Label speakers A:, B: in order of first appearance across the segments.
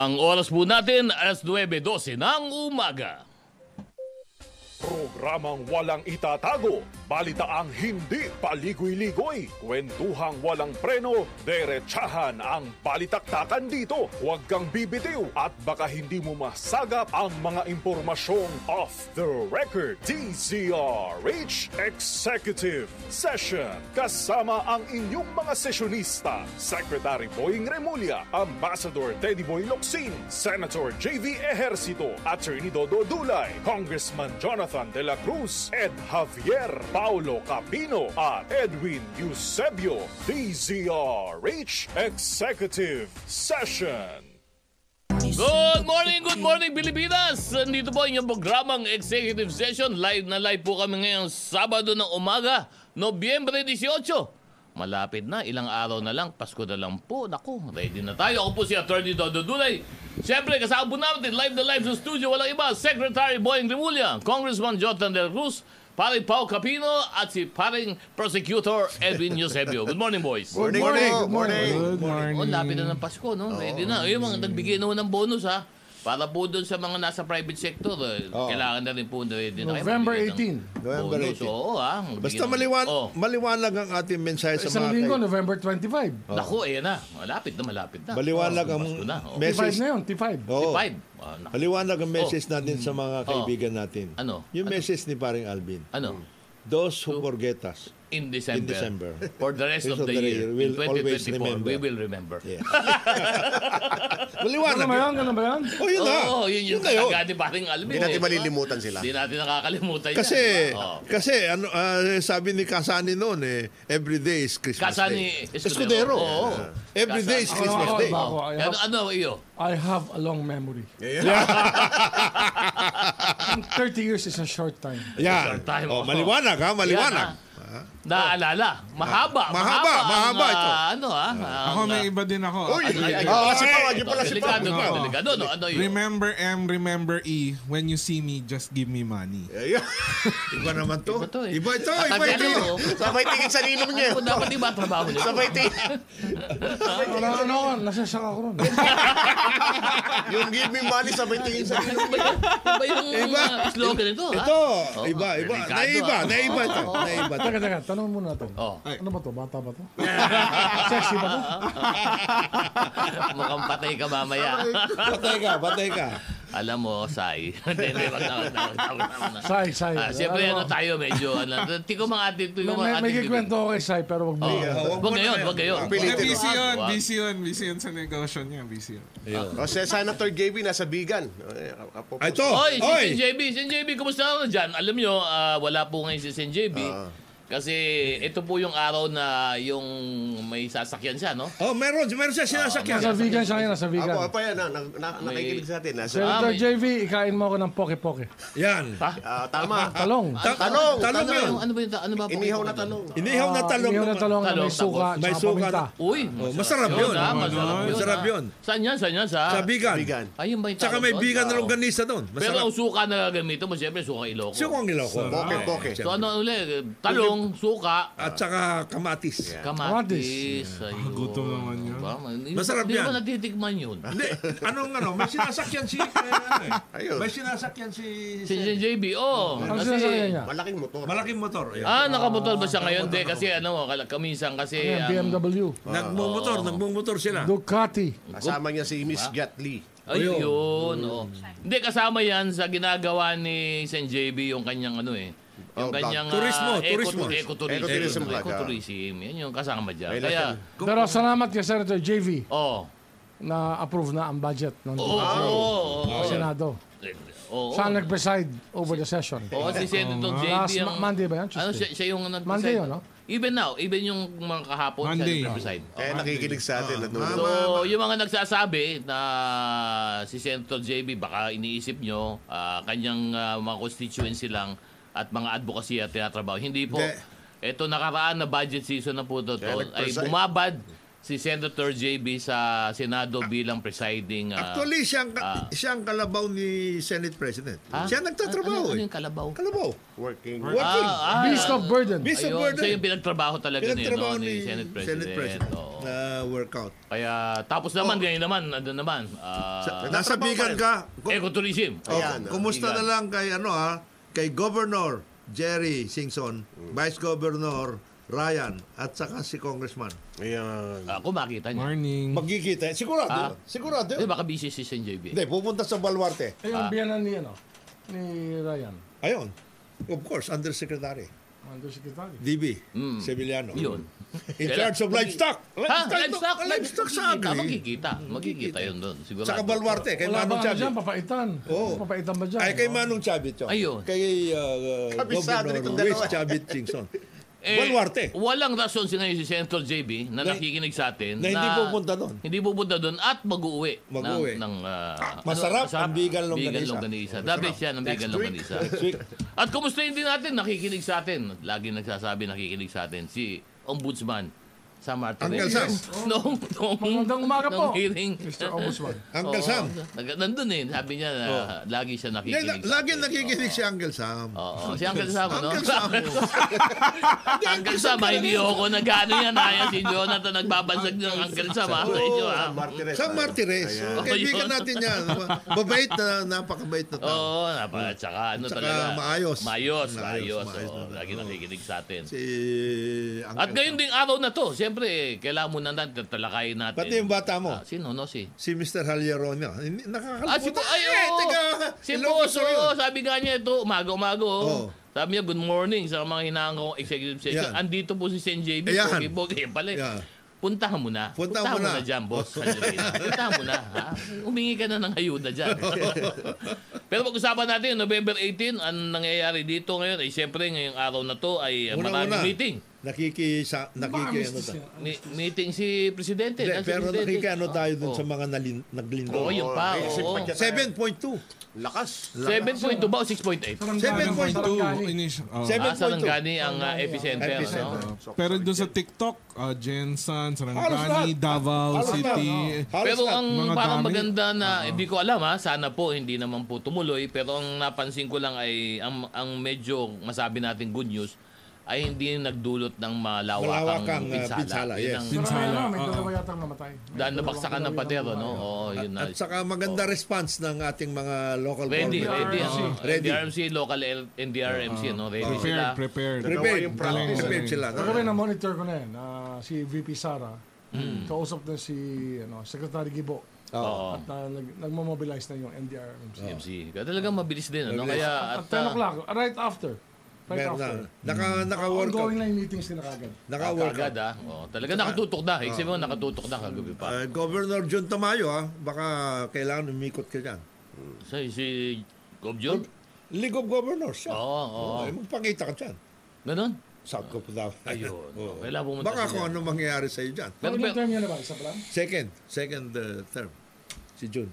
A: Ang oras po natin, alas 9.12 ng umaga.
B: Programang walang itatago, balitaang hindi paligoy-ligoy, kwentuhang walang preno, derechahan ang balitaktakan dito. Huwag kang bibitiw at baka hindi mo masagap ang mga impormasyong off the record. DZRH Executive Session kasama ang inyong mga sesyonista, Secretary Boying Remulla, Ambassador Teddy Boy Locsin, Senator JV Ejercito, Attorney Dodo Dulay, Congressman Jonathan De La Cruz, Ed Javier, Paulo Capino, at Edwin Eusebio, DZRH Executive Session.
A: Good morning, good morning Pilipinas! Nandito po ang inyong programang Executive Session. Live na live po kami ngayong Sabado ng umaga, Nobyembre 18. Malapit na, ilang araw na lang, Pasko na lang po. Naku, ready na tayo. Ako po si Attorney Dodo Dulay. Siyempre, kasama po natin, live na live sa studio, walang iba, Secretary Boying Remulla, Congressman Jonathan Del Cruz, Paring Pao Capino, at si paring Prosecutor Edwin Eusebio. Good morning, boys.
C: Morning, morning, good morning.
D: Good morning.
A: Oh, lapit na ng Pasko, no? Ready na. Ayun, mga nagbigay naman ng bonus, ha? Para po doon sa mga nasa private sector, eh, kailangan na rin po ready na. kayo.
D: November
A: Magbigay ng
D: 18.
C: November
A: bonus.
C: 18.
A: Oo, ha? Magbigay
C: Basta
A: ng-
C: maliwan,
A: Oh.
C: maliwanag ang ating mensahe sa
D: Isang
C: mga
D: linggo,
C: kay-
D: November 25.
A: Naku, ayan na. Malapit na, malapit na.
C: Maliwanag ang
A: Pasko na, oh.
C: mes-
D: T5
C: Message-
D: na yun, T5.
C: Oo.
A: Five. Ah, naku.
C: Maliwanag ang message natin sa mga kaibigan natin.
A: Mm-hmm. Ano?
C: Yung
A: Ano?
C: message ni Paring Alvin.
A: Ano?
C: Those who forget us.
A: In December.
C: In December.
A: For the rest of the year.
C: we'll
A: in
C: always
A: 2024, we
C: remember.
A: will remember.
C: Yeah.
D: Ano
C: Maliwanag
D: ba yun?
C: yun.
D: Ano ba yun?
C: Oh, yun na.
A: Oo, yun yung
C: na yun.
A: kagad ni Paring Alvin.
E: Hindi natin
A: eh.
E: malilimutan sila.
A: Hindi natin nakakalimutan yan.
C: Kasi,
A: Oo.
C: kasi ano, ah, sabi ni Kasani noon, eh, every day is Christmas
A: Kasani
C: Day.
A: Escudero.
C: Oo.
A: Oo.
C: Every day is
A: Kasani.
C: Christmas
D: Ako,
C: Day.
D: ako, ako.
A: Ano, ano iyo?
D: I have a long memory. And 30 years is a short time.
C: Yan.
A: time,
C: Oh,
A: oo.
C: maliwanag ha, maliwanag.
A: Yan, ah. Naalala. Mahaba.
C: Ah, Mahaba, mahaba
A: ang,
C: ito. Ah,
A: ah, ano ah.
F: Ako may iba din ako.
C: Uy!
F: Ako
C: Ay, ay,
F: din.
E: Yung pala si
C: ay,
E: Pao,
C: ay,
E: yung pala si Pao.
A: Delikado,
F: Pao.
A: no, delikado. No, ano iyo?
F: Remember M, remember E. When you see me, just give me money.
C: Ayan. Iba naman to.
A: Iba to, eh.
C: Iba ito,
A: At
C: iba
A: sabi,
C: ito.
A: ano,
E: Sabay tingin sa ninong niya.
A: Ano po dapat di ba trabaho niya?
E: Sabay tingin.
D: Wala ka na ako, nasasyak ako ron.
E: Yung give me money, sabay tingin sa ninong.
A: Iba yung
C: Iba.
A: ah, slogan nito, ha?
C: Ito, iba, iba.
A: delikado,
C: Naiba,
A: ah.
C: naiba ito. Naiba ito.
D: Teka, teka, tanong muna natin.
A: Oh.
D: Ano ba to? Bata ba to? Sexy ba to?
A: Mukhang patay ka mamaya.
C: Patay ka, patay ka.
A: Alam mo, Sai. Hindi, hindi, wag na, wag na, wag na, wag na.
D: Sai, sai.
A: Ah, Siyempre, ano tayo, medyo, ano, tiko mga atin, tiko
D: May,
A: mga
D: may,
A: atin.
D: may kikwento ako kay Sai, pero wag mo.
C: Oh,
A: Huwag ngayon, huwag ngayon.
F: Eh,
E: Pilitin mo.
F: busy yun,
A: Wag.
F: busy yun, busy yun sa negosyo niya, busy yun.
E: O, Oh, si Senator JB nasa Bigan. Eh, kapo-
C: Ah, Ito,
A: Oy, si
C: oy.
A: Sin JB, Sin JB, kumusta ka na dyan? Alam nyo, ah, wala po ngayon si Sin JB.
C: Ah.
A: Kasi ito po yung araw na yung may sasakyan siya, no?
C: Oh, meron, meron siya sinasakyan.
D: Nasa vegan siya ngayon, nasa vegan.
E: Apo, apo yan. ah, na- na- Nakikinig sa atin.
A: Ah,
E: Nasa,
D: Senator
A: may-
D: JV, ikain mo ako ng poke-poke.
C: Yan.
E: Ah, tama.
D: Talong.
C: Ta-
E: Talong,
C: talong
E: talong.
C: yun.
A: Ano, ano ba yun? Ano ba po?
E: Inihaw na talong.
C: Inihaw na talong.
D: Ihaw na talong na may
A: Talong,
D: suka,
A: tapos-
C: May
D: may
C: suka
D: paminta.
C: na-
A: Uy,
C: Oh, masarap yun.
A: ah, masarap
F: Masarap
A: yun.
C: Masarap
A: ah.
C: yun.
A: Saan yan? Saan yan? Sa...
C: Sa bigan.
E: Bigan.
A: Ayun ba yung tawag
C: Tsaka may
A: doon?
C: bigan na
A: Oo.
C: longganisa doon.
A: Pero
C: Masarap.
A: ang suka na gagamitin mo, siyempre suka Ilocos.
C: Siya ko ang ilaw ko.
E: Poke, poke.
A: So ano ulit? Talong, suka,
C: At saka kamatis.
A: kamatis. ayun.
F: Ah,
A: Diba?
F: gutom naman yun.
A: Ba, man-
C: Masarap
A: Hindi
C: yan.
A: mo natitikman yun.
C: Hindi, anong ano, may sinasakyan si, eh, ano eh.
E: Ayun.
C: May sinasakyan si,
A: Si Sin JB, oh.
D: Ano
A: kasi-
D: sinasabi niya?
E: Malaking motor.
C: malaking motor. Ayan.
A: Ah, nakabutol ba siya ngayon? Hindi, kasi ano, kala- kaminsan kasi...
D: Ayan,
A: ang-
D: BMW,
C: Nagmumotor, nagmumotor
E: Ah.
C: sila.
D: Ducati.
E: Kasama niya si Miss Gat Lee.
A: Ayun. oo. Hindi, kasama yan sa ginagawa ni Sen. JB yung kanyang ano eh. Yung
E: Oh,
A: kanyang... ah,
C: Turismo,
A: eco-
C: turismo.
A: Ecotourism. Ecotourism.
E: Ecotourism pala.
A: Ecotourism. Yan yung kasama dyan.
E: May
A: Kaya,
D: Pero salamat kay Senator JV
A: oh.
D: na approve na ang budget ng
A: Oo. Oo.
D: Ah,
A: oo.
D: Senado.
A: Oo.
D: Siya ang nag-preside over the session.
A: Oo, Oh. si Senator
D: Ah, Last
A: JB
D: ma- Monday ba yan?
A: Ano, siya,
D: Tuesday?
A: siya yung nag
D: Monday yun, no?
A: Even now, even yung mga kahapon,
F: Monday.
A: siya nag-preside.
E: Eh, nakikinig sa atin.
A: So,
E: nanonood.
A: yung mga nagsasabi na si Senator JB, baka iniisip nyo, ah, kanyang ah, mga constituency lang at mga advocacy at tinatrabaho. Hindi po.
C: Hindi.
A: Ito nakaraan na budget season na po ito. tol, Ay
E: nag-preside.
A: bumabad si Senator JB sa Senado bilang presiding. ah,
C: Actually, siya ang, ka- siya ang kalabaw ni Senate President.
A: ha?
C: Siya ang nagtatrabaho
A: Ano, ano
C: eh.
A: yung kalabaw?
C: Kalabaw.
E: Working.
C: Working.
A: Ah, ah,
D: Beast of burden.
C: Beast of
A: Ayun,
C: burden.
A: siya yung pinagtrabaho talaga
C: Pinagtrabaho
A: ni, no, ni
C: ni
A: Senate President.
C: Senate President. Oh.
A: Oo.
C: na workout.
A: Kaya tapos naman, ganyan naman, ano naman, ah,
C: Nasa
E: Nagtatrabaho
C: Bigan
E: pa
C: ka. Ku-
A: ecotourism.
C: Oh,
E: Ayan, oh,
C: kumusta
A: Bigan.
C: na lang kay ano ha? Kay Governor Jerry Singson,
E: Mm.
C: Vice Governor Ryan at saka si Congressman.
E: Ayan.
A: Ako makita niya.
F: Morning.
E: Magkikita. eh. Sigurado.
A: Ah.
E: Sigurado.
A: Eh, baka busy si Sen JB.
E: Hindi, pupunta sa Baluarte.
D: Eh,
A: Ah.
D: yung biyanan ni, ano, ni Ryan.
C: Ayun. Of course, Undersecretary.
D: Undersecretary.
C: DB.
E: Sevillano.
A: Mm. Yun.
E: In charge of livestock.
A: Ha?
E: to-
A: Livestock?
E: Livestock sa
A: Magkikita,
E: agri.
A: Magkikita. Magkikita yun doon. Sigurado.
E: Sa Baluarte. Kay
D: Wala
E: Manong
D: ba ano
E: Chabi.
D: dyan, papaitan?
E: Oo.
D: Papaitan ba dyan? Ano?
E: Ay, kay Manong Chabi.
C: oh.
E: to.
A: Ayun.
E: Kay uh,
C: Kabisado
E: Governor
C: nitong
E: Luis
C: dalawa.
E: Chabi Singson.
A: Eh,
E: Baluarte.
A: Walang rason si ngayon si Senator JB na nakikinig sa atin.
E: na hindi pupunta doon.
A: Hindi pupunta doon at mag-uwi.
E: Mag-uwi.
A: Ng, ng, ah, ano,
E: Masarap ang bigan longganisa.
A: Bigan longganisa. The best yan ang bigan longganisa. At kumusta hindi natin nakikinig sa atin? Lagi nagsasabi nakikinig sa atin si Ombudsman Sam Martinez.
C: Uncle Sam.
A: Noong, noong,
D: Magandang umaga
A: noong
D: po.
A: hearing.
D: Mr. Ombudsman.
A: Oo,
C: Uncle Sam.
A: nag- Nandun eh. Sabi niya na lagi siya
C: Oh. Hindi,
A: nakikinig. sa
C: la- Lagi
A: atin.
C: nakikinig si Uncle Sam.
A: Oo, si Uncle Sam, no?
C: Uncle Sam.
A: Uncle Sam, ah, hindi ako nag-ano yan, ah. Yan si Jonathan nagbabansag ng Uncle Sam, ah. Medyo, ah.
C: Sam Martires.
A: Ayun.
C: Kaibigan natin yan. Mabait na, napakabait na tao.
A: Oo, napa, tsaka ano
C: Tsaka
A: talaga.
C: maayos.
A: Maayos, maayos.
C: Maayos, maayos
A: oo,
C: na-
A: lagi nakikinig sa atin.
C: Si Uncle
A: At ngayon ding araw na to, siyempre, eh, kailangan muna natin, talakayin natin.
E: Pati yung bata mo.
A: Ah, sino, no, si?
C: si Mr. Halyaronia. Hindi- Nakakalimutan.
A: Ah, si Po, ay,
C: Eh,
A: oo.
C: taga
A: si
C: Ilocos
A: Poso,
C: yun.
A: sabi nga niya ito, umaga-umaga,
C: eh. Oo.
A: oh. Sabi niya, good morning sa mga hinahang kong executive session.
C: Yan.
A: Andito po si Sen JB,
C: Ayan.
A: Pogi Pogi. Yan pala. eh.
C: Yan.
A: Puntahan mo na.
C: Puntahan mo na. Oh.
A: dyan, boss. Puntahan mo na. Ha? Humingi ka na ng ayuda dyan. Pero pag-usapan natin, November 18, ang nangyayari dito ngayon, ay siyempre ngayong araw na to ay
C: Una,
A: maraming
C: una.
A: meeting.
E: Nakiki... Sa,
D: Baka
E: nakiki...
D: miss siya.
A: Mi- meeting si Presidente.
E: Hindi,
A: dahil si
E: pero
C: ano
A: Presidente.
E: nakikiano tayo dun
A: Oo.
E: sa mga nalin, naglindo.
A: Oo, yun Ah, pa. oh. oo.
E: 7.2.
C: Lakas.
A: 7.2 ba o 6.8?
D: Saranggaling,
E: 7.2.
D: saranggaling.
F: Initial. oh.
E: Seven-
A: Ah, Sarangani ang ah, epicenter.
E: Epicenter.
A: ano?
F: Pero doon sa TikTok, uh, Jensen,
E: Halos lahat.
F: Sarangani, Davao
E: Halos lahat.
F: City.
E: Halos
A: Pero
E: lahat. Ah.
A: ang
F: Mga
A: parang
F: dami.
A: maganda na, hindi ko alam ha, sana po hindi naman po tumuloy, pero ang napansin ko lang ay, ang, ang medyo masabi natin good news, ay hindi nagdulot ng
E: Malawakang,
A: malawakang,
E: ah,
A: pinsala.
E: pinsala,
A: Yun
E: yes.
A: ang-
D: Saranggaling,
F: Pinsala,
D: ano, May
F: oo.
D: dalawa yata namatay. May
A: dahil
D: dalawang
A: nabaksakan ng
D: dalawang
A: patero, no?
D: namatay.
A: Oo, yun na.
E: At saka maganda response ng ating mga local
A: Ready,
E: government. Ah,
A: ready.
D: RRC.
A: ang
E: Ready. Ah.
A: DRMC, local L- NDRMC, no? ano? Ready sila.
F: Oh, Prepared, prepared.
E: Prepared.
F: practice.
E: Prepared sila.
D: Ako rin na-monitor ko na yan, ah, si VP Sara.
A: Hmm.
D: Kausap na si ano, Secretary Gibo.
A: Oo.
D: At ah, nag, nagmamobilize na yung NDRMC.
A: MC. Kaya talagang mabilis din, ano?
E: Mabilis.
A: Kaya, Oh.
D: At
A: at, ah,
D: 10 uh, o'clock, right after. Right
E: Meron na.
D: after.
E: Naka, naka-workout.
D: Ongoing na yung meetings nila kagad.
E: Naka-workout.
A: Agad, ah. Oh, talaga nakatutok na.
E: Ah.
A: Isipin mo, nakatutok na kagabi pa.
C: Ah, Governor John Tamayo, ah, baka kailangan umikot ka dyan.
A: Si, si Gobjog?
E: League of Governors.
A: Oo,
E: siya.
A: oo.
E: Ay,
C: eh,
E: magpakita ka dyan.
A: Ganun?
E: South ko pa daw.
A: Ayun.
E: Oo.
A: Kailangan pumunta
C: Baka
A: siya.
C: kung ano mangyayari sa'yo dyan.
A: Pero,
D: Pero, Ilang
A: pero,
D: term yun na ba? Isa pa lang?
E: Second,
C: Second uh, term.
E: si June.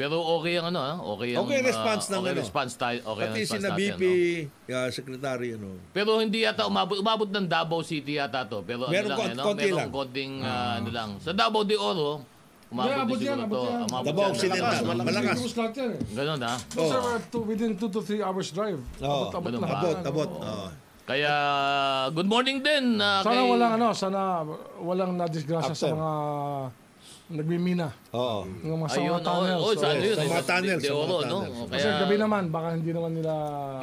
A: pero okay ang ano, ah. okay ang
E: Okay
A: ah,
E: response ng
A: okay
E: ano.
A: response tayo, okay ang
E: Pati si
A: response
E: na
A: natin,
E: BP,
A: no?
E: uh, secretary, ano.
A: Pero hindi yata umabot umabot ng Davao City yata to. Pero ano
E: Meron
A: lang,
E: kon-
A: ano,
E: konti
A: merong
E: lang.
A: konting ah, ano lang. Sa Davao de Oro, umabot
D: Yeah,
A: yeah,
D: abot yan,
A: siguro to.
D: abot yan.
A: Umabot
E: Davao
A: yan.
E: Occidental.
A: Malakas, no?
E: Malakas.
D: Ikus lahat yan eh.
A: Ganun ah.
D: Those are two- within 2 to 3 hours drive.
E: Oo.
C: Oh.
D: Abot-abot
A: Ganun
D: lahat.
A: ba?
E: Abot,
D: Ano,
E: abot.
D: oo.
E: oo.
A: Kaya good morning din ah,
D: Sana
A: kay
D: walang ano, sana walang nadisgrasya sa
E: After.
D: mga nagmimina.
E: Oo.
D: Ng mga sa
A: Ayun,
D: mga
A: oh,
D: tunnels.
A: oh, sa ano yun?
E: Sa mga
A: eh, De
E: tunnels, sa mga
A: Oro, no?
E: tunnels.
A: Kaya,
D: Kasi gabi naman, baka hindi naman nila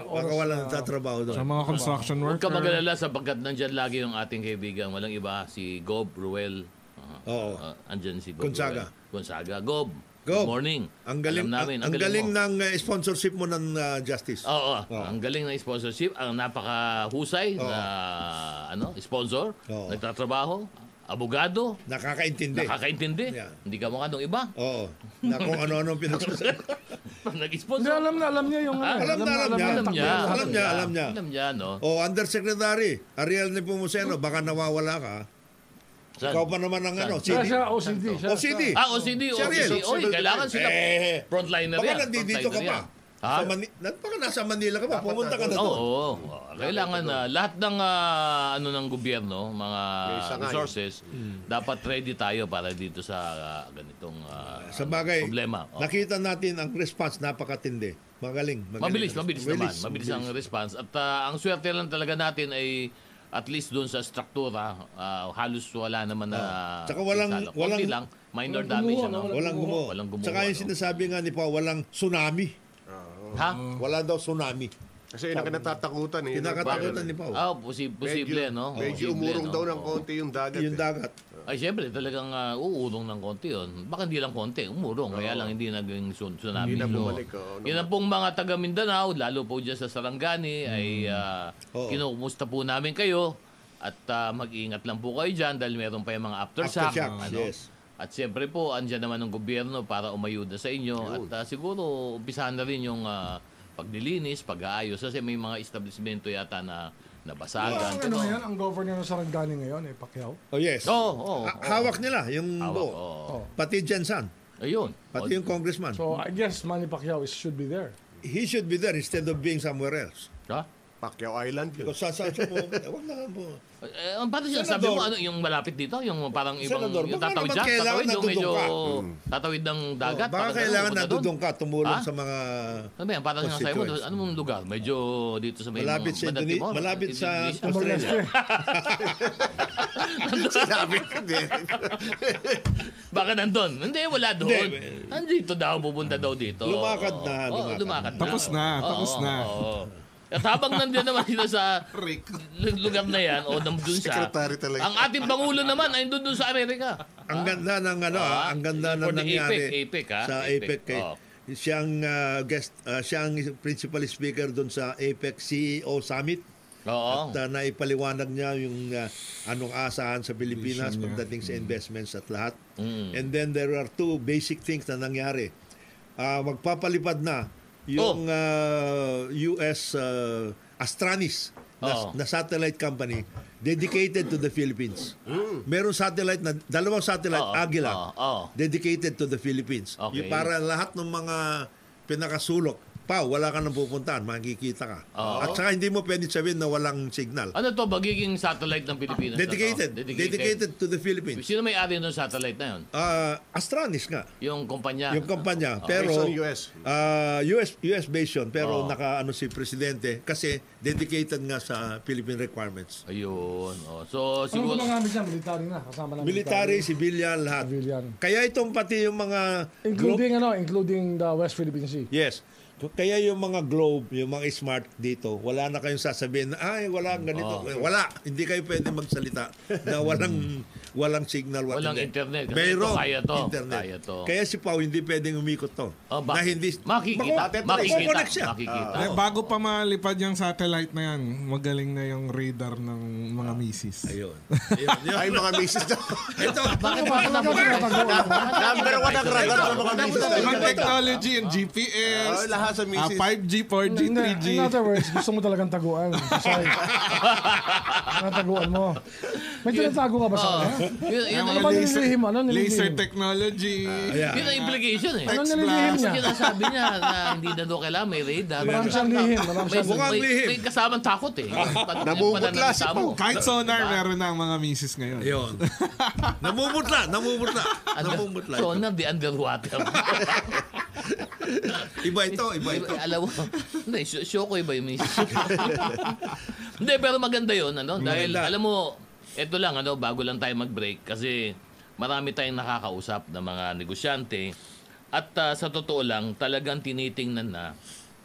C: Baka
D: oras
C: wala
D: na-
C: nagtatrabaho doon.
F: Sa mga construction
A: Huwag ka
F: worker.
A: magalala
E: Ah.
A: sapagkat nandyan lagi yung ating kaibigan. Walang iba, si Gob Ruel. Ah,
E: Oo.
A: ah, andyan si Gob
C: Gonzaga.
A: Ruel. Gonzaga. Gob,
C: Gob,
A: good morning.
C: Ang galing,
A: Alam namin,
C: ang, galing,
A: mo. Ah.
C: ng uh, sponsorship mo ng uh, justice.
A: Oo, oo. ang galing ng sponsorship. Ang napakahusay na ano, sponsor.
E: Oo.
A: Nagtatrabaho. Abogado.
E: Nakakaintindi.
A: Nakakaintindi.
E: Yeah.
A: Hindi ka mukha nung iba.
E: Oo. Na kung ano-ano ang pinagsasabi.
A: Pag
D: Hindi,
A: nag-sponsor.
D: alam na, alam niya yung...
A: Ah,
D: ano,
E: alam na, alam niya.
D: yung
E: Alam
D: takbo.
E: niya, alam niya.
A: Alam niya, no?
E: o, Undersecretary, Ariel Nepomuceno, baka nawawala ka.
A: Saan?
E: Ikaw pa naman ang ano,
D: Kaya
E: CD.
D: siya OCD. siya-
E: OCD.
A: Ah, OCD,
E: Si Ariel.
A: OCD. Oy, kailangan sila
E: Eh,
A: frontliner
E: baka
A: yan.
E: nandito
A: frontliner
E: ka pa.
A: yan. Ha?
E: Sa Mani- na- baka nasa Manila ka pa, pumunta ka na
A: Oo.
E: doon.
A: oo. Kailangan na lahat ng ah, ano ng gobyerno, mga resources,
C: Hmm.
A: dapat ready tayo para dito sa ah, ganitong ah,
E: Sa bagay,
A: problema. Oo.
E: nakita natin ang response, napakatindi. Magaling. magaling.
A: Mabilis, mabilis, naman. Mabilis, ang response. At ah, ang swerte lang talaga natin ay at least doon sa struktura, ah, halos wala naman na
C: Ah, tsaka walang-
A: salo. Konti
C: walang-
A: lang, minor damage.
D: gumawa,
A: Ano?
D: no?
C: Walang gumawa.
A: Walang ano. gumawa,
C: Tsaka yung
A: no?
C: sinasabi nga ni Pao, walang tsunami.
A: Ha?
C: Wala daw tsunami.
E: Kasi yun ang kinatatakutan eh.
C: Kinakatakutan ni Pao.
A: Ah, posi- posible, no?
E: Medyo
A: Posible,
E: umurong
A: no?
E: daw ng konti yung dagat. eh.
C: Yung dagat.
A: Ay, syempre, talagang ah, uurong ng konti yun. Baka hindi lang konti, umurong. Kaya lang hindi naging sun- tsunami.
E: Hindi na
A: So,
E: bumalik, oo.
A: Yun ang pong mga taga Mindanao, lalo po dyan sa Sarangani, ay ah,
C: Oo.
A: kinukumusta po namin kayo. At ah, mag-iingat lang po kayo dyan dahil meron pa yung mga aftershock.
C: Aftershocks, yes.
A: At siyempre po, andyan naman ang gobyerno para umayuda sa inyo. At ah, siguro, umpisahan na rin yung ah, paglilinis, pag-aayos. Kasi may mga establishmento yata na
D: Ang
A: nabasagan.
D: ano
A: Totoo.
D: ngayon, ang governor ng Sarangani ngayon, eh, Pacquiao.
C: Oh, yes.
A: Oo, oo,
C: Ha-
A: oo.
C: Hawak nila yung
A: Hawak,
C: buo.
A: oo.
C: Pati Jensen,
A: Ayun.
C: pati yung congressman.
D: So, I guess Manny Pacquiao is, should be there.
C: He should be there instead of being somewhere else.
A: Ha?
E: Pacquiao Island yun.
C: Because sa sa sa mo, wag na lang po.
A: Eh, ang parang siya, sabi
C: Senador.
A: mo, ano, yung malapit dito, yung parang ibang,
C: Senador,
A: yung
C: baka
A: tatawid
C: naman
A: dyan,
C: kailangan
A: tatawid, yung medyo,
C: natutong
A: tatawid ng dagat.
C: Baka
A: parang ganun,
C: kailangan
A: punta doon.
C: natutong ka, tumulong
A: Ha?
C: sa mga
A: Ano ba yan? Parang sinasabi mo,
C: Constituents.
A: ano mong lugar? Medyo dito sa may
C: malapit
A: mga
C: sa
A: bandang
C: Indonesia,
A: Timor,
C: malapit sa
A: Indonesia.
D: eh,
C: Australia.
D: ano
E: Sinabi ko eh, din.
A: Baka nandun. Hindi, wala doon. Nandito daw, pupunta daw dito.
C: Lumakad na,
A: Oo, oo,
C: lumakad.
A: lumakad na.
F: Tapos na,
A: Oo,
F: tapos
A: oo,
F: na.
A: oo. At habang nandiyan naman sila sa lu- lugar na yan, o nandun siya,
E: Secretary talaga.
A: ang ating Pangulo naman ay nandun doon sa Amerika.
C: Ang ganda ng ano, ah, ang ganda
A: for the
C: ng nangyari
A: APEC, APEC, ha?
C: sa
A: APEC,
C: APEC kay
A: oo.
C: siyang ah, guest ah, siyang principal speaker doon sa APEC CEO Summit.
A: Oo.
C: At ah, naipaliwanag niya yung ah, anong asahan sa Pilipinas
F: Vision niya.
C: pagdating sa investments at lahat.
A: Mm.
C: And then there are two basic things na nangyari. Ah, magpapalipad na yung ah, US ah, Astranis na,
A: Oo.
C: na satellite company dedicated to the Philippines. Meron satellite na dalawang satellite
A: Oo, oo,
C: Agila
A: oo.
C: dedicated to the Philippines.
A: Okay.
C: Yung para lahat ng mga pinakasulok pa, wala ka nang pupuntahan, makikita ka.
A: Oo.
C: At saka hindi mo pwede sabihin na walang signal.
A: Ano to, magiging satellite ng Pilipinas? na to?
C: Dedicated, dedicated. to the Philippines.
A: Sino may-ari ng satellite na yun?
C: Ah, Astranis nga.
A: Yung kumpanya?
C: Yung kampanya. Pero
E: Based on US.
C: ah, US US based yun, pero
A: Oo.
C: naka ano si presidente kasi dedicated nga sa Philippine requirements.
A: Ayun. Oh. So,
D: Ano
A: siguro...
D: ba namin siya? Military na. Kasama namin.
C: Military, civilian, lahat.
D: Civilian.
C: Kaya itong pati yung mga glo-
D: Including, ano, including the West Philippine Sea.
C: Yes. Kaya yung mga globe, yung mga smart dito, wala na kayong sasabihin na, ay, wala, ganito. Wala. Hindi kayo pwede magsalita na walang walang signal.
A: Walang
C: hindi.
A: internet. Kasi
C: Mayroong
A: ito, kaya to.
C: internet.
A: Kaya to.
C: Kaya si Pau, hindi pwedeng umikot to.
A: Oh,
C: na
A: bakit?
C: hindi,
A: Makikita.
C: Bako-
A: makikita.
C: Makukonek siya. Ah.
A: Makikita.
F: Eh,
A: oh.
F: bago pa malipad yung satellite na yan, magaling na yung radar ng mga misis.
C: Ayun. Ayun. Yun.
E: Ay, mga misis na.
C: Ito.
A: Bakit bakit
D: Ano ba
A: bakit-
E: Number one ang radar ng mga misis.
F: Ibang
E: Ay,
F: technology and GPS.
E: Oh, lahat sa
F: ah,
E: misis.
F: 5G, 4G,
D: In,
F: 3G.
D: in other words, gusto mo talagang taguan. Sorry. Tinataguan mo. May tinatago ka ba sa kanya?
A: Yun, yun,
F: Yung
A: yun,
D: Ano
F: mga
D: ba
F: laser-
D: nililihim? Ano Ah, nililihim?
F: Laser technology.
C: Ayan.
A: yun ang implication eh.
D: Ano nililihim niya?
A: Sinasabi niya na hindi na daw kailangan may radar.
D: Marami siyang lihim. Marami
A: May,
D: siyang
C: Mukhang
A: may,
C: lihim.
A: may kasamang takot eh.
E: Namumutla si Pao.
F: Kahit sonar,
A: Diba?
F: meron na ang mga misis ngayon.
C: Ayun. namumutla. Namumutla. Namumutla.
A: So, na Ano? the underwater.
C: Iba ito. Iba ito.
A: Ay, alam mo, hindi, sh- shokoy ba yung misis? hindi, pero maganda yun, ano? Dahil,
C: Maganda.
A: alam mo, eto lang, ano, bago lang tayo mag-break kasi marami tayong nakakausap ng mga negosyante at ah, sa totoo lang, talagang tinitingnan na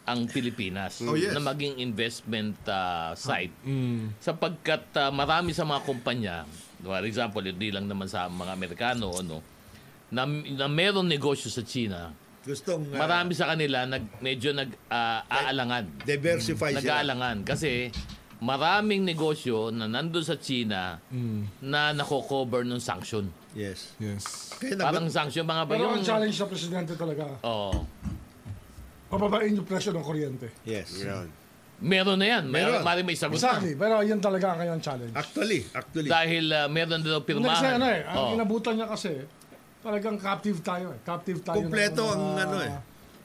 A: ang Pilipinas
C: Oh,
A: na maging investment ah, site
C: mm.
A: sapagkat ah, marami sa mga kumpanya, for example, hindi lang naman sa mga Amerikano, ano, na, na meron negosyo sa China,
C: Gustong uh,
A: Marami sa kanila nag medyo nag-aalangan.
C: diversify siya.
A: nag-aalangan kasi maraming negosyo na nandun sa China
D: Hmm.
A: na nako-cover ng sanction.
C: Yes.
F: Yes.
C: Kaya
A: Parang
C: nabat-
A: sanction mga ba
D: Pero ang
A: yung...
D: challenge sa presidente talaga,
A: Oo.
D: pababain yung presyo ng kuryente.
C: Yes.
E: Yun.
A: meron na yan. Meron.
C: Meron.
A: Maring may sagot na.
D: Exactly. Pero yun talaga ang kanyang challenge.
C: Actually, actually.
A: Dahil ah, meron na daw
D: Hindi kasi
A: pirmahan. Oh.
D: ano eh, ang
A: Oo.
D: inabutan niya kasi, talagang captive tayo eh. Captive tayo. ng
C: Kompleto
D: mga
C: ang ano eh.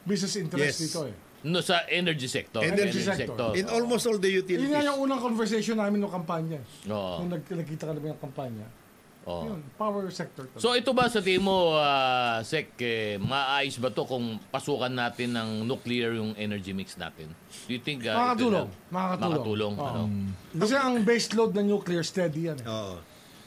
D: Business interest
C: Yes.
D: dito eh.
A: No, sa energy sector.
D: Energy sector.
C: In almost all the
D: Yun
C: utilities.
D: nga yung unang conversation namin nung kampanya.
A: Oo.
D: Nung nag- nagkita ka namin ng kampanya.
A: Oo.
D: Yun, power sector to.
A: Oh. So ito ba sa tingin mo, ah, Sek, eh, maayos ba to kung pasukan natin ng nuclear yung energy mix natin? Do you think ah, ito
D: Makakatulong.
A: na-
D: Makakatulong.
A: Makakatulong,
D: Oo.
A: ano?
D: Kasi ang base load ng nuclear, steady yan. Eh.
C: Oo.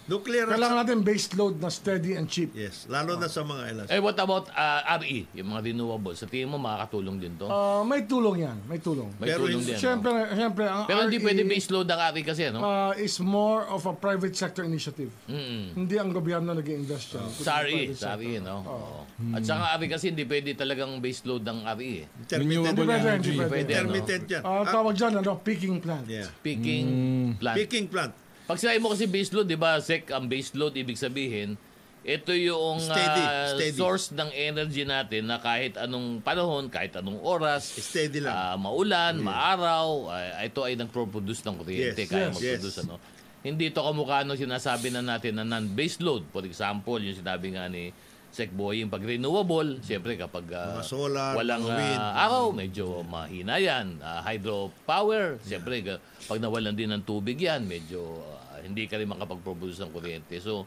C: Nuclear at-
D: Kailangan natin base load na steady and cheap.
C: Yes, lalo na sa mga LS.
A: Eh, what about ah, RE? Yung mga renewable. Sa tingin mo, makakatulong din to?
D: Ah, may tulong yan. May tulong.
A: May
C: pero
A: tulong
C: yun-
A: din. no?
D: Siyempre, siyempre, ang
A: Pero hindi
D: RE,
A: pwede baseload ang RE kasi, ano?
D: E ah, is more of a private sector initiative.
A: Mm-mm.
D: Hindi ang gobyerno nag invest yan. Kundi
A: Sorry,
D: private sector.
A: sorry, E, no? Oo. At saka RE kasi hindi pwede talagang baseload ang RE. eh.
C: Intermittent,
F: Renewable
D: Depende,
F: energy.
D: depende.
A: Pwede, ano?
C: intermittent yan.
D: Ah, tawag dyan, ano, peaking plant.
C: Yeah.
A: Picking plant.
C: Picking plant.
A: Pag sinabi mo kasi baseload, di ba, Sek, ang baseload, ibig sabihin, ito yung
C: Steady,
A: ah,
C: steady.
A: source ng energy natin na kahit anong panahon, kahit anong oras,
C: Steady lang.
A: ah, maulan, maaraw, ah, ito ay nagproproduce ng kuryente,
C: Yes,
A: kaya
C: yes,
A: magproduce.
C: yes.
A: Ano? Hindi ito kamukha nung sinasabi na natin na non-baseload. For example, yung sinabi nga ni Sec Boy, yung pag renewable, siyempre kapag ah,
C: Mga solar,
A: walang
C: mga wind.
A: ah, araw, medyo mahina yan. Ah, hydropower, siyempre, ga- pag nawalan din ng tubig yan, medyo ah, hindi ka rin makapag-produce ng kuryente. So,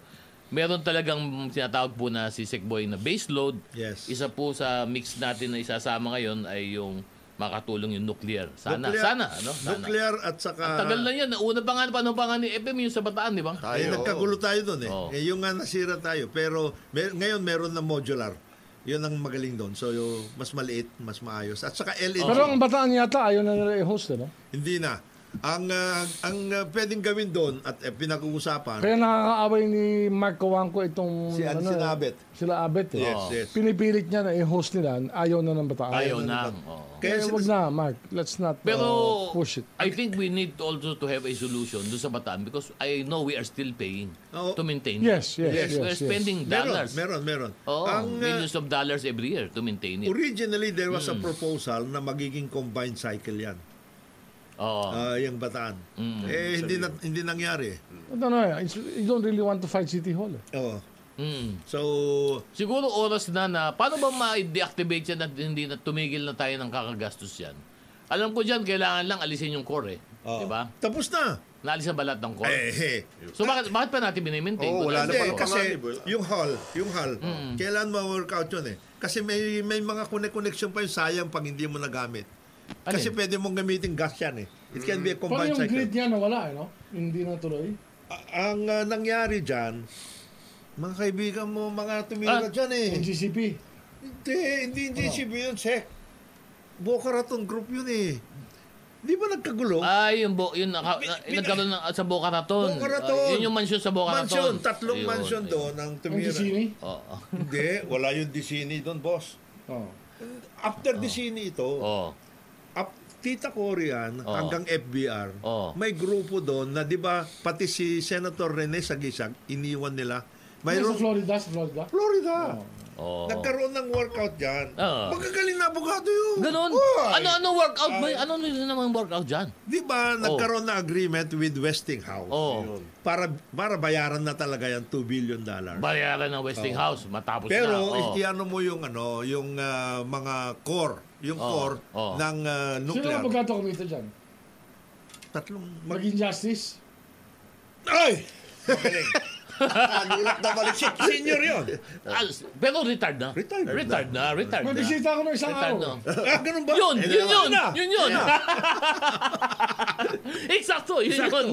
A: meron talagang tinatawag po na si Secboy na baseload.
C: Yes.
A: Isa po sa mix natin na isasama ngayon ay yung makatulong yung nuclear. Sana,
C: Nuclear-
A: sana, ano? Sana.
C: Nuclear at saka...
A: Ang tagal na yan. Nauna pa nga, paano pa nga ni FM yung sa Bataan, di ba?
C: Eh,
E: Tayo.
C: nagkagulo tayo doon eh.
A: Oo.
C: Eh, yung nga nasira tayo. Pero mer- ngayon meron na modular. Yun ang magaling doon. So yung mas maliit, mas maayos. At saka LED,
D: Pero ang bataan yata, ayaw na nila i-host, ano?
C: hindi na. Ang ah, ang ah, pwedeng gawin doon at eh, pinag-uusapan,
D: Kaya nakakaaway ni Mark Kawanko itong...
E: Si- sila
D: eh,
E: Abet.
D: Sila Abet, eh.
C: Yes, yes.
D: Pinipilit niya na i-host nila, ayaw na ng bataan.
A: Ayaw
C: na
A: na.
C: ba?
A: oo.
D: Kaya
C: Kaya
D: eh,
C: sin-
D: wag na, Mark. Let's not uh,
A: Pero
D: push it.
A: I think we need also to have a solution doon sa Bataan because I know we are still paying
C: Oo.
A: to maintain.
D: Yes, yes, yes,
A: We're
D: yes.
A: spending
C: meron,
A: dollars.
C: meron, meron.
A: Oo,
C: ang ah,
A: millions of Mm. dollars every year to maintain it.
C: originally there was a proposal na magiging combined cycle yan.
A: Oo.
C: Ah, yung bataan. Eh hindi na, hindi nangyari.
D: Ano na, it's, you don't really want to fight City Hall. Eh.
C: Oo.
A: Mm.
C: So
A: Siguro oras na na, paano ba ma-deactivate yan at hindi na tumigil na tayo ng kakagastos yan? Alam ko dyan, kailangan lang alisin yung core eh. Di
C: oo.
A: ba?
C: Tapos na.
A: Naalis ang balat ng core.
C: Eh, eh.
A: So bakit, bakit pa natin binimaintain?
E: Oo,
A: Kung
E: wala na
A: naalis
C: Hindi,
A: ang
E: pala. Mm.
C: kasi
E: Panganib, wala.
C: yung hall, yung hall, kailan ma-workout yun eh. Kasi may, may mga kone-connection pa yun, sayang pag hindi mo nagamit.
A: Alin?
C: Kasi pwede mong gamitin gas yan eh. It can be a
D: Pero
C: combined
D: yung grid
C: cycle.
D: niya nawala, eh, no? Hindi na tuloy.
C: A- ang ah, nangyari dyan, mga kaibigan mo, mga tumira
A: Ah.
C: dyan eh.
D: Yung GCP.
C: Hindi, hindi,
E: Ano?
C: hindi si Bion Sek. Bokaraton group yun eh. Di ba nagkagulo?
E: Ah,
A: Ay, yung, bo, yun, naka, na,
C: bin-
A: nagkaroon ng, sa Boca Raton.
C: Boca Raton.
A: Ah, yun yung mansion sa Boca Raton.
C: Mansion, tatlong
A: Ayun,
C: mansion
A: ayun.
C: doon ang
D: Yung
C: tumira.
D: GCP.
A: Oo.
C: Hindi, wala yung Disini doon, boss.
D: Oh.
E: Ah.
C: After Disini ito,
E: Oh.
A: Oo.
C: up Tita Corian
A: Oo.
C: hanggang FBR,
A: Oo.
C: may grupo doon na 'di ba pati si Senator Rene Sagisag iniwan nila.
D: Mayroon. Sa
C: Mayroon
D: Florida, sa Florida.
C: Florida.
A: Oo. Ah.
C: Nagkaroon ng workout diyan.
A: Oo.
C: Magagaling na abogado 'yun.
A: Ganun?
C: Oy!
A: Ano, ano workout ba? Ano yun naman workout dyan?
C: 'Di ba nagkaroon na agreement with Westinghouse
A: Oo.
C: para para bayaran na talaga yung 2 billion dollar.
A: Bayaran ng Westinghouse matapos na.
C: Oh.
A: Oh.
C: Pero
A: Oo.
C: iano mo yung ano, yung ah, mga core, yung
A: Oo.
C: core
A: Oo.
C: ng ah,
D: Sino
C: nuclear.
D: ang pagkato kumita dyan?
C: Tatlong mag-
D: Maging justice?
C: Ay!
E: Nagulak na balik siya.
C: Senior 'yon.
A: Ah, pero retired na.
C: Retired na.
A: Retired na. Retired
D: May
A: na.
D: bisita ako ng isang
A: Retired na.
D: araw. eh.
C: Ah, ganun ba?
A: Yun,
C: Eh,
A: yun, yun,
C: na.
A: yun, yun. Eksakto, yun yun.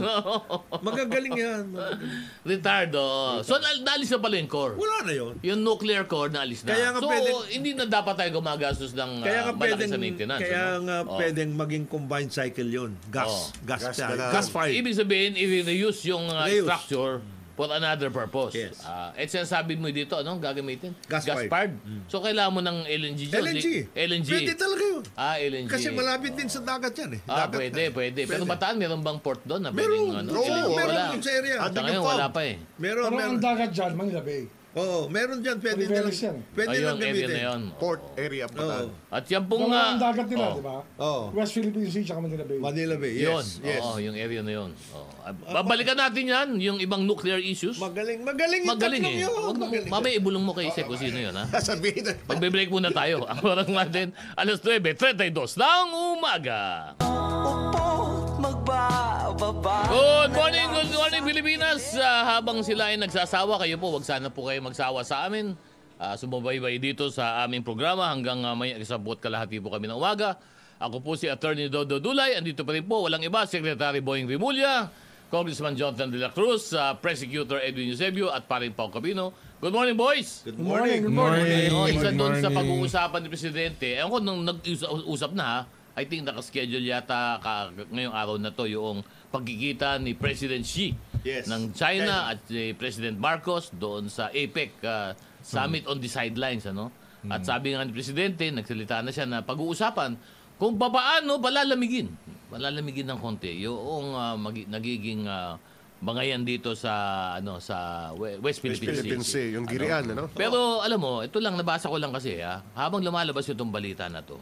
C: Magagaling yan.
A: Retired, oo. So, na- naalis na pala yung core.
C: Wala na yun.
A: Yung nuclear core, naalis na.
C: Kaya nga
A: so,
C: pwede-
A: hindi na dapat tayo gumagastos ng
C: Kaya nga
A: ah, malaki
C: pwedeng,
A: sa maintenance.
C: kaya
A: ano?
C: nga
A: Oo.
C: pwedeng maging combined cycle yun. Gas.
A: Oo.
C: Gas,
E: Gas
C: gas,
E: na lang.
C: gas fired.
A: Ibig sabihin, i-reuse yung uh,
C: Reuse.
A: structure for another purpose.
C: Yes.
A: Ah, at sinasabi mo dito, ano ang gagamitin?
C: Gas Mm.
A: Gaspard. So, kailangan mo ng LNG dyan.
C: LNG.
A: LNG.
C: Pwede talaga yun.
A: Ah, LNG.
C: Kasi malapit din sa dagat yan eh.
A: Ah,
C: Dagat
A: pwede,
C: yan.
A: pwede. Pero Bataan, meron bang port doon na
C: Meron.
A: pwedeng, ano,
C: Oo,
A: LNG?
C: meron
A: Wala.
C: dun sa area.
A: Sa
C: Andun
A: ngayon,
C: yung farm.
A: wala pa eh.
C: Meron,
D: Pero
C: meron.
D: ang dagat dyan, Manila Bay.
C: Oo, meron dyan. Pwede
D: Oliveres
C: nilang,
D: yan. eh.
C: pwede
A: Ayun,
C: nilang
A: area
C: gamitin.
A: na yun.
E: Port area pa
C: Oo.
E: tayo.
A: At yan pong...
D: Dalawa
A: ah,
D: ang dagat nila,
A: oh,
D: di ba?
C: Oo.
D: West Philippine Sea, tsaka Manila Bay.
C: Manila Bay.
A: Yun.
C: Yes. yes.
A: Oo, yung area na yun. Oo. Ah, Babalikan natin yan, yung ibang nuclear issues.
C: Magaling. Magaling yung
A: Magaling
C: tatlong
A: eh.
C: yun.
A: Wag mo,
C: Magaling.
A: mamaya ibulong mo kay Sek kung sino yun, ha?
E: Sabihin na.
A: Magbe-break muna tayo. Ang oras natin, alas 9.32 ng umaga.
G: Upo, magbawi babae.
A: Good morning, good morning Pilipinas! Ah, habang sila ay nagsasawa, kayo po, wag sana po kayo magsawa sa amin. Ah, sumubaybay dito sa aming programa hanggang ah, may isabot kalahati po kami ng umaga. Ako po si Attorney Dodo Dulay, andito pa rin po, walang iba, Secretary Boying Rimulya, Congressman Jonathan de la Cruz, ah, Prosecutor Edwin Eusebio at parin Pao Cabino. Good morning, boys!
E: Good morning.
D: Good
F: Morning.
A: Ayun, Oh, isa
F: Good
A: doon sa
F: morning.
A: pag-uusapan ni Presidente. Ewan ko, nung nag-usap na ha, I think nakaschedule yata ka, ngayong araw na to yung pagkikita ni President Xi
E: Yes.
A: ng China,
E: China.
A: at ni President Marcos doon sa APEC uh, Summit on the Sidelines. ano At sabi nga ni Presidente, nagsalita na siya na pag-uusapan kung paano palalamigin. Palalamigin ng konti. Yung uh, magi- nagiging uh, bangayan dito sa ano sa We- West
E: West
A: Philippine,
E: Philippine Sea, yung girian, ano?
A: pero alam mo, ito lang nabasa ko lang kasi ha, habang lumalabas itong balita na to,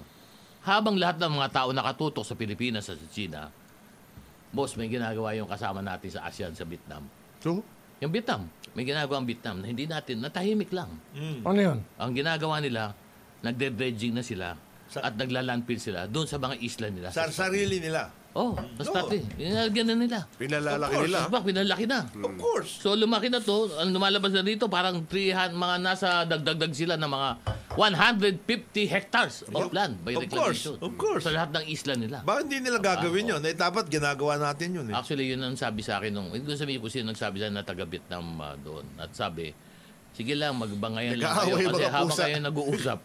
A: habang lahat ng mga tao nakatutok sa Pilipinas at sa China, boss, may ginagawa yung kasama natin sa ASEAN sa Vietnam.
E: So,
A: Yung Vietnam, may ginagawa ang Vietnam na hindi natin, natahimik lang.
D: Ano yun?
A: Ang ginagawa nila, nagde-dredging na sila at naglalandfill sila doon sa mga isla nila.
C: Sa sarili nila.
A: Oh, tapos dati, yun nila.
E: pinalalaki nila.
A: Tapos bak, pinalaki na.
E: Hmm.
C: Of course.
A: So lumaki na to, ang lumalabas na dito parang 300 mga nasa dagdagdag sila ng mga 150 hectares of land by
C: Of course,
A: reclamation.
C: of course.
A: Sa lahat Ah, oh. ng isla nila.
C: Bakit hindi nila gagawin yun? Eh, dapat ginagawa natin yun eh.
A: Actually, yun ang sabi sa akin nung, hindi ko sabihin ko sino nagsabi sa akin na taga Vietnam ah, doon. At sabi, sige lang, magbangayan lang kayo.
E: Nag-aaway yung
A: Kasi
E: mga
A: habang
E: pusa."
A: kayo nag-uusap,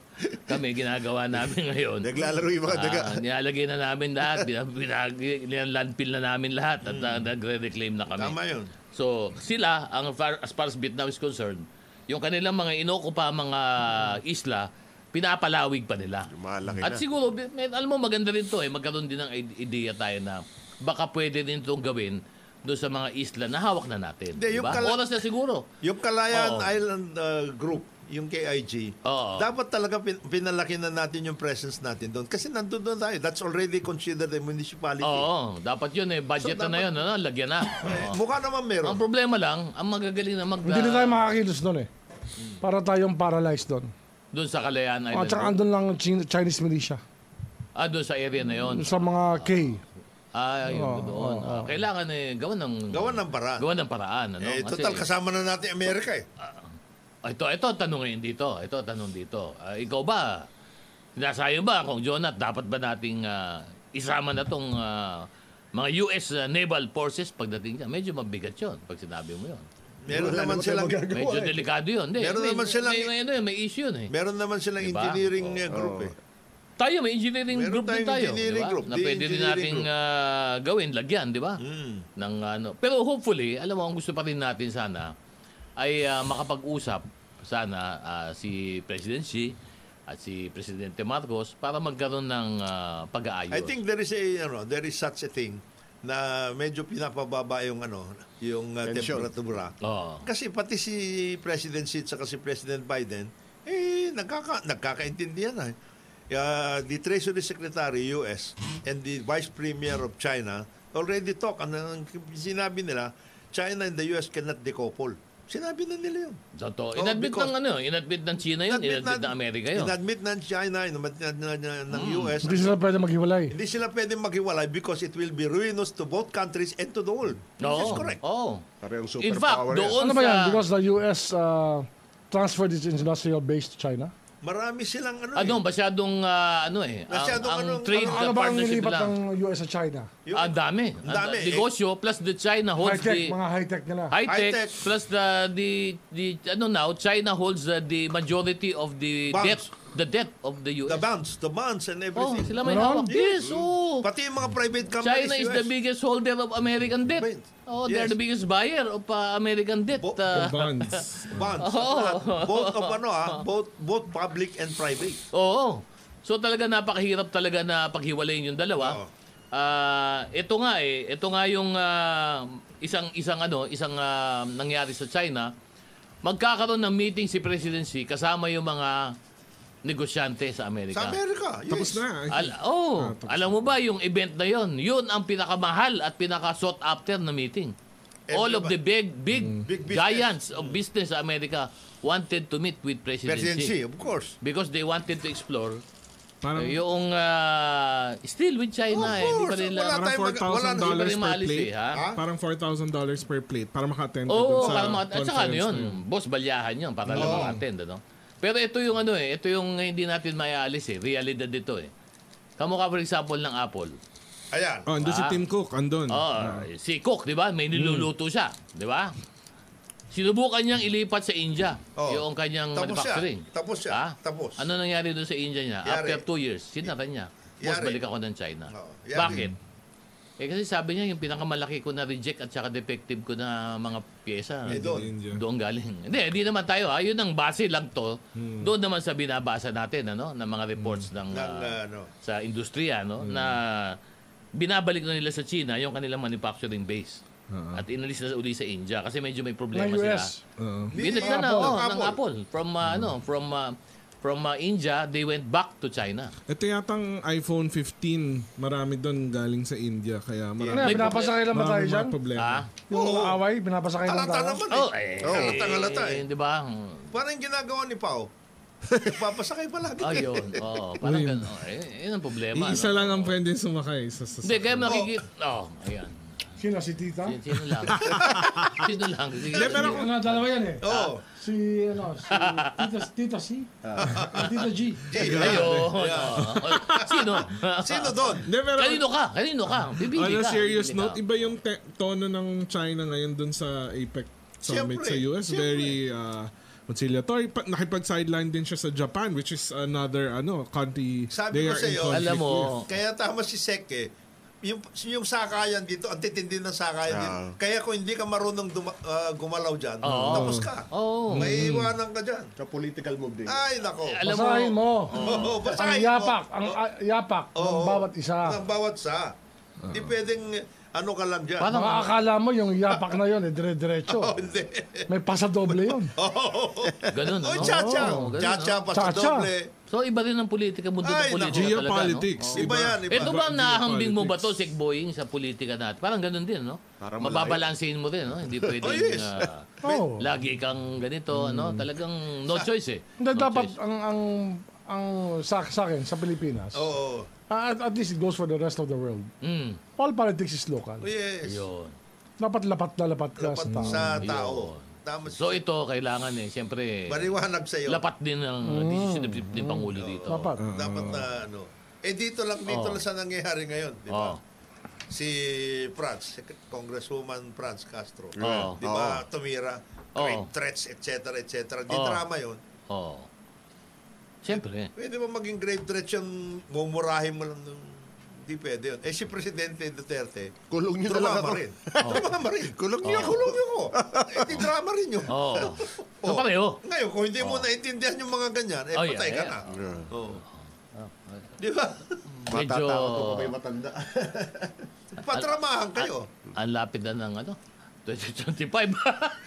A: kami ginagawa namin ngayon.
E: Naglalaro yung mga daga.
A: Ah, nilalagay na namin lahat. Binag- binag- Nilalandfill na namin lahat. At ah, nagre-reclaim na kami.
C: Tama yun.
A: So, sila, ang far, as far as Vietnam is concerned, yung kanilang mga inokupa mga isla, pinapalawig pa nila.
E: Malaki
A: At
E: na.
A: siguro, may- may- alam mo, maganda rin to eh. Magkaroon din ng ide- ideya tayo na baka pwede din itong gawin doon sa mga isla na hawak na natin.
C: Hindi, yung
A: diba?
C: kala-
A: Oras na siguro.
C: Yung
A: Oo.
C: Kalayan Island uh, Group, yung KIG,
A: Oo.
C: dapat talaga pin- pinalaki na natin yung presence natin doon. Kasi nandun doon tayo. That's already considered a municipality.
A: Oo, dapat yun eh. Budget
C: So,
A: na na
C: dapat-
A: yun. Ano? Lagyan na.
C: Eh,
A: Oo.
C: Mukha naman meron.
A: Ang problema lang, ang magagaling na mag...
D: Hindi na tayo makakilos doon eh. Para tayong paralyzed doon.
A: doon sa Kalayaan
D: At
A: Island.
D: saka Oh, andun lang ang Chin- Chinese militia.
A: ah, doon sa area na yun.
D: Yung Sa mga K.
A: Ah, yun
D: Oo,
A: doon.
D: oo,
A: Ah,
D: oo.
A: kailangan eh, gawan ng...
C: Gawan ng paraan.
A: Gawan ng paraan. Ano?
C: eh,
A: Kasi-
C: total, kasama na natin Amerika eh.
A: Ito, ito, tanong ngayon dito. Ito, tanong dito. Ah, ikaw ba, sinasayo ba kung Jonat, dapat ba nating ah, isama na tong ah, mga US ah, Naval Forces pagdating dyan? Medyo mabigat yun pag sinabi mo yun.
C: Meron naman silang
A: Medyo delikado yun. Hindi,
C: eh. Meron
A: may,
C: naman silang-
A: May, may, ano yun, may issue yun eh.
C: meron naman silang
A: Diba?
C: engineering
A: Oo.
C: uh, group eh.
E: Oh,
A: Tayo, may engineering
C: Meron
A: group din
C: tayong
A: tayo.
C: engineering
A: di ba?
C: group.
A: Na
C: Di
A: pwede din
C: engineering
A: nating
C: group. Hmm.
A: ah, gawin, lagyan, di ba? Ng, ano. Pero hopefully, alam mo, ang gusto pa rin natin sana ay ah, makapag-usap sana ah, si President Xi at si Presidente Marcos para magkaroon ng ah, pag-aayos.
C: I think there is a ano, there is such a thing na medyo pinapababa yung ano, yung uh,
E: Tension.
C: temperatura.
A: Oo.
C: Kasi pati si President Xi at si President Biden, eh, nagkaka, nagkakaintindihan na. eh. Uh, the Treasury Secretary, US, and the Vice Premier of China already talk. Ano, ang sinabi nila, China and the US cannot decouple. Sinabi na nila yun.
A: Totoo.
C: Oh,
A: Inadmit
C: because-
A: ng ano, inadmit ng China yun, inadmit, ng Amerika yun. Hmm.
C: Inadmit ng China, inadmit na- na- na- ng US.
D: Hindi sila pwede maghiwalay.
C: Hindi sila pwedeng maghiwalay because it will be ruinous to both countries and to the world.
A: Oo.
C: This is correct.
A: Oo.
E: Parehong
A: In fact,
E: superpower yan.
A: doon
D: Ano ba
A: sa...
D: yan? Because the US uh, transferred its industrial base to China?
C: Marami silang ano,
A: Ano,
C: eh,
A: masyadong ah, ano eh.
C: Masyadong
A: ang, ang
C: ano-
A: trade
C: ano-
A: na
D: Ano ba ang
A: partnership
D: nilipat
A: lang.
D: ng US sa China?
C: Yun.
A: Ah, Ang dami. Ang
C: dami, eh.
A: Negosyo plus the China holds
D: High-tech,
A: the
D: mga high-tech nila.
A: high-tech
C: High-tech.
A: plus the, the the ano now China holds uh, the majority of the
C: Bonds.
A: debt the debt of the US.
C: the bonds, the bonds and
A: oh,
C: everything.
A: sila may
D: Ganon?
A: hawak. Yes, oh.
C: Pati yung mga private companies.
A: China is the
C: US.
A: biggest holder of American debt.
C: Bonds.
A: Oh, they're
C: Yes.
A: the biggest buyer of uh, American debt.
C: Bo-
A: uh,
F: Bonds.
C: bonds.
A: Oh.
C: Lahat. Both of ano ah, both both public and private.
A: Oo. So talaga napakahirap talaga na paghiwalayin yung dalawa.
C: Oo.
A: Ah, ito nga eh, ito nga yung ah, isang isang ano, isang ah, nangyari sa China. Magkakaroon ng meeting si President Xi kasama yung mga negosyante sa
C: Sa
A: Amerika.
C: Amerika. Yes.
F: Tapos na. I
A: Al- oh,
F: think. Ah, tapos
A: alam mo ba yung event na yon? Yun ang pinakamahal at pinaka sought after na meeting. All of the big big,
C: Eh, diba? Mm. Big business. Mm.
A: giants of business sa Amerika wanted to meet with President,
C: President
A: Xi
C: Xi, of course.
A: because they wanted to explore
F: Parang,
A: Eh, Yung ah, still with China
E: Of
A: eh. Hindi pa
E: course,
A: rin lang.
E: wala
F: parang
E: tayo mag-
A: Hindi
E: wala na-
A: pa
F: $4,000
A: rin
F: per
A: maalis
F: plate.
A: eh, ha?
E: Ha?
F: Parang $4,000 per plate para maka-attend ka dun
A: Oo,
F: sa
A: para mga, at saka ano
F: conference
A: yun,
F: na
A: boss, balyahan yun para lang maka-attend, ano? Pero ito yung ano eh, ito yung hindi natin mayaalis eh, realidad dito eh. Kamukha for example ng Apple.
E: Ayan.
F: Oh, andun
A: Ah.
F: si Tim Cook, andun. Ah,
A: Oh, si Cook, di ba? May niluluto siya, di ba? Sinubukan niyang ilipat sa India
E: Oo.
A: yung kanyang
E: Tapos siya.
A: manufacturing.
E: Tapos siya.
A: Ha?
E: Tapos.
A: Ano nangyari doon sa India niya?
E: Yari.
A: After two years, sinara niya. Boss,
E: Yari.
A: balik ako ng China.
E: Oo, yari.
A: Bakit? Eh kasi sabi niya, yung pinakamalaki ko na reject at saka defective ko na mga pyesa.
E: Eh, doon.
F: India.
A: Doon galing. Hindi, hindi naman tayo ha. Yun ang base lang to. Doon naman sa binabasa natin, ano, ng mga reports ng,
E: Hmm. Ng, Hmm.
A: ah,
E: ah, ano.
A: sa industriya, no, na binabalik na nila sa China yung kanilang manufacturing base. At inalis na uli sa India kasi medyo may problema
D: Ng Ano
A: sila.
D: US.
F: Oo.
A: Binis na na,
D: Apple.
A: oh, ng
E: Apple.
A: Apple. From, ah, ano,
F: Hmm.
A: from, ah, from ah, India, they went back to China.
F: Ito yatang iPhone 15, marami doon galing sa India, kaya
D: Ano,
F: marami,
A: May-
D: pinapasakay lang ba tayo
F: marami
D: dyan?
F: mga
A: Ah?
F: problema.
D: Yung away, pinapasakay lang
E: Halata
D: tayo.
E: naman eh.
A: Oh, eh.
E: Oh, halata, halata eh.
A: Di ba? Hmm.
E: Parang ginagawa ni Pao. Nagpapasakay pa lagi.
A: Oh, yun. Oh, parang ganun. Oh, eh, yun ang problema.
F: Iisa
A: no?
F: lang ang pwede sumakay sa
A: Hindi, kaya
F: sasakyan.
A: makikita. Oh, ayan.
D: Sino, si Tita?
A: Sino- Sino lang? Sino lang? Sige.
F: pero
D: Ano, dalawa yan eh.
E: Oo.
A: Ah.
D: Si, ano, si Tita, Tita C. Ah, Tita G.
A: Ayun. Oh. Sino?
E: Sino doon?
F: Hindi, pero
A: Kanino ka? Kanino ka? Bibili
F: on
A: ka.
F: a serious
A: Bibili ka.
F: note, iba yung te- tono ng China ngayon doon sa APEC
E: Siyempre,
F: Summit sa US.
E: siyempre.
F: Very uh, conciliatory. Pa- nakipag-sideline din siya sa Japan, which is another ano country
E: Sabi
F: they
E: ko
F: are
E: sa
F: in
E: iyo,
F: conflict
A: Alam mo,
F: with.
E: Kaya tama si Sek eh. Yung, yung sakayan dito, ang titindi ng sakayan dito. Kaya kung hindi ka marunong duma- ah, gumalaw dyan,
A: Ah. Oo.
E: tapos ka.
A: Oo. Mm.
E: May iwanan ka dyan.
G: Sa political move din.
E: Ay, nako.
A: Alam- mo-
D: Basahin mo.
E: Oo,
D: Ang
E: basahin mo.
D: yapak, ang ah, yapak ng
E: Oo.
D: bawat isa.
E: Ng bawat isa. Hindi
A: Ah.
E: pwedeng ano ka lang dyan.
A: Paano?
D: Makakala Ah, mo yung yapak na yun, eh, dire-diretso.
E: Oo, hindi.
D: May pasadoble yun.
A: Ganun,
E: Oh,
A: ano?
E: cha-cha.
A: Oo, ganun,
E: Cha-cha,
A: ano?
E: pasadoble.
A: So, iba rin ang politika, mundo ng
E: Ay,
A: politika
E: naku.
A: talaga,
F: Geopolitics.
A: no? Oo.
E: Iba yan,
G: Diba?
E: iba.
A: Ito
D: Diba,
A: ba ang
F: Iba-
A: nahahambing mo ba to,
F: geopolitics.
A: Sek Boying, sa politika natin? Parang ganun din, no?
G: Parang Oh, malayo.
A: Mababalansin mo din, no? Hindi pwedeng
E: yes.
A: ah,
D: Oo.
A: lagi kang ganito, ano? Talagang no choice, eh.
D: Hmm. Hindi
A: No
D: dapat
A: choice.
D: ang ang ang sa, sa akin sa Pilipinas.
E: Oo.
D: ah, At, at least it goes for the rest of the world.
A: Mm,
D: All politics is local.
E: Yes.
A: yun.
D: Dapat lapat na lapat ka
E: Dapat
D: sa tao.
E: sa tao. Tama.
A: So, ito, kailangan, eh. Siyempre,
E: Paliwanag sa'yo.
A: lapat din
D: Hmm.
A: ang decision ng, ng Pangulo dito.
D: Dapat.
E: Dapat na ano. Eh dito lang, dito
A: Oo.
E: lang sa nangyayari ngayon. Di ba?
A: Oo.
E: si Franz, si Congresswoman Franz Castro.
A: Oo.
E: Di ba, tumira, rape
A: Oo.
E: threats, etc., etc. Di
A: Oo.
E: drama yun.
A: Oo. oh. Siyempre.
E: Pwede ba maging grave threats yung mumurahin mo lang nung hindi pwede yun. Eh si Presidente Duterte,
G: Kulong niyo na lang
E: drama
G: ako.
E: rin. Drama rin. Kulong niyo. Kulong niyo ko. Eh, di drama rin yun.
A: Oo.
G: Oh.
A: So,
E: Oo.
A: pareho.
E: Ngayon, kung hindi mo naintindihan yung mga ganyan, eh
A: Oh,
E: patay
A: yeah,
E: ka
A: yeah.
E: na. Oo. Di ba?
A: Medyo...
G: Matatakot ako may matanda.
E: Patramahan kayo.
A: Ang lapit na ng ano? 2025.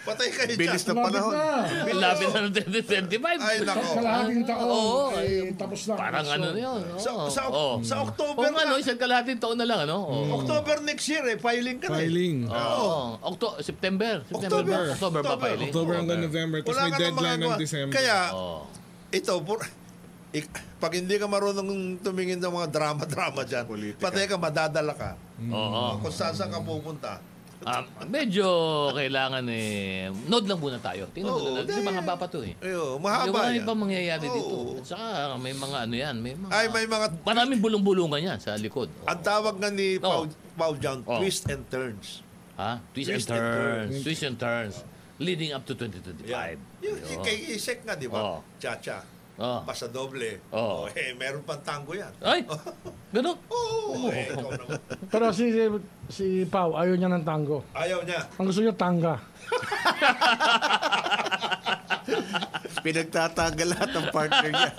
E: Patay kayo dyan.
G: Bilis ng panahon.
A: Ang lapit na ng 2025.
E: Ay, nako.
D: Kalahating taon.
A: Oo.
D: eh, tapos na.
A: Parang
D: So,
A: ano na yun. oo.
E: Sa, sa,
A: Oo.
E: sa October
A: Kung ano,
E: na. Hmm.
A: isang kalahating taon na lang, ano? Oo.
E: October next year eh, filing ka na eh.
F: Filing.
A: Oo. Octo- September. September
E: October.
A: ba? October pa
E: October.
A: pala. eh.
F: October hanggang November, tapos
E: Wala ka
F: may
E: nang
F: deadline ng
E: magagawa.
F: December.
E: Kaya,
A: Oo.
E: ito, pur, ik, pag hindi ka marunong tumingin ng mga drama-drama dyan,
G: Politika.
E: patay ka, madadala ka.
A: Oo.
E: Kung saan saan ka pupunta.
A: Ah, medyo kailangan eh. Nod lang muna tayo. Tingnan
E: Oo,
A: muna. Kasi
E: dahil-
A: mahaba pa to eh.
E: Ayo,
A: Yung
E: mahaba
A: marami
E: yan.
A: pa mangyayari dito.
E: Oo.
A: At saka may mga ano yan. May mga,
E: Ay, may mga...
A: Maraming bulong-bulungan yan sa likod. Oo.
E: Ang tawag nga ni Pau,
A: Oo.
E: Pau John,
A: Oo.
E: twist and turns.
A: ha? Twist, and
E: Twist and
A: turns. Twist and turns. Leading up to 2025.
E: Yung yung kay Isek nga, di
A: Oo.
E: ba? Cha-cha.
A: Oo.
E: Pasadoble.
A: Oo.
E: Oh, eh, meron pang tango yan.
A: Ay! Ganun?
E: Oo, eh, ikaw naman.
D: Pero si, si, si Pau, ayaw niya ng tango.
E: Ayaw niya.
D: Ang gusto niya, tanga.
G: Pinagtatagal lahat ng partner niya.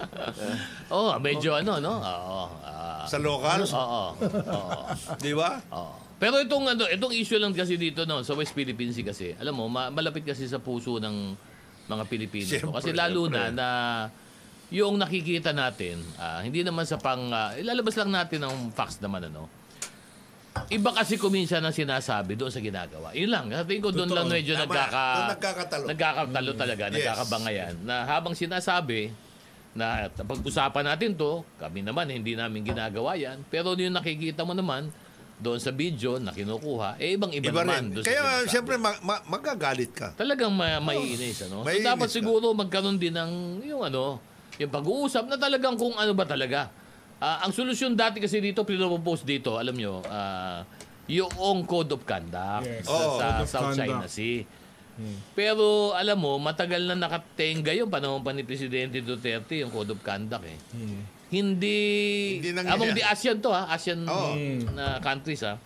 A: Oo, medyo ano, no? Oo. ah,
E: Sa local,
A: Oo. Oo.
E: di ba?
A: Oo. Pero itong ano, itong issue lang kasi dito no, sa West Philippine Sea kasi. Alam mo, ma- malapit kasi sa puso ng mga Pilipino. to.
E: Siyempre,
A: kasi lalo na na yung nakikita natin, ah, hindi naman sa pang ah, ilalabas lang natin ang facts naman ano. Iba kasi kuminsan ang sinasabi doon sa ginagawa. Yun lang. Sa tingin ko doon lang medyo
E: Tama.
A: nagkaka,
E: Doon nagkakatalo.
C: Mm.
A: nagkakatalo talaga,
E: Yes.
A: nagkakabangayan. Na habang sinasabi, na pag-usapan natin to, kami naman hindi namin ginagawa yan. Pero yung nakikita mo naman, doon sa video na kinukuha, eh ibang-iba
C: Iba
A: naman.
C: rin.
A: doon sa
C: Kaya
A: sinasabi.
C: siyempre ma- ma- magagalit ka.
A: Talagang ma- maiinis, ano? So,
C: maiinis
A: dapat
C: ka.
A: siguro magkaroon din ng, yung ano, yung pag-uusap na talagang kung ano ba talaga. Ah, ang solusyon dati kasi dito, pinapropose dito, alam nyo, ah, yung Code of Conduct
F: Yes.
A: sa,
C: Oo,
A: sa
F: Code of
A: South
F: Conduct.
A: China Sea. Pero alam mo, matagal na nakatenga yung panahon pa ni Presidente Duterte yung Code of Conduct eh. Hindi,
C: Hindi nangyayari.
A: among the ASEAN to ha, ASEAN
C: Oo.
A: na countries ha,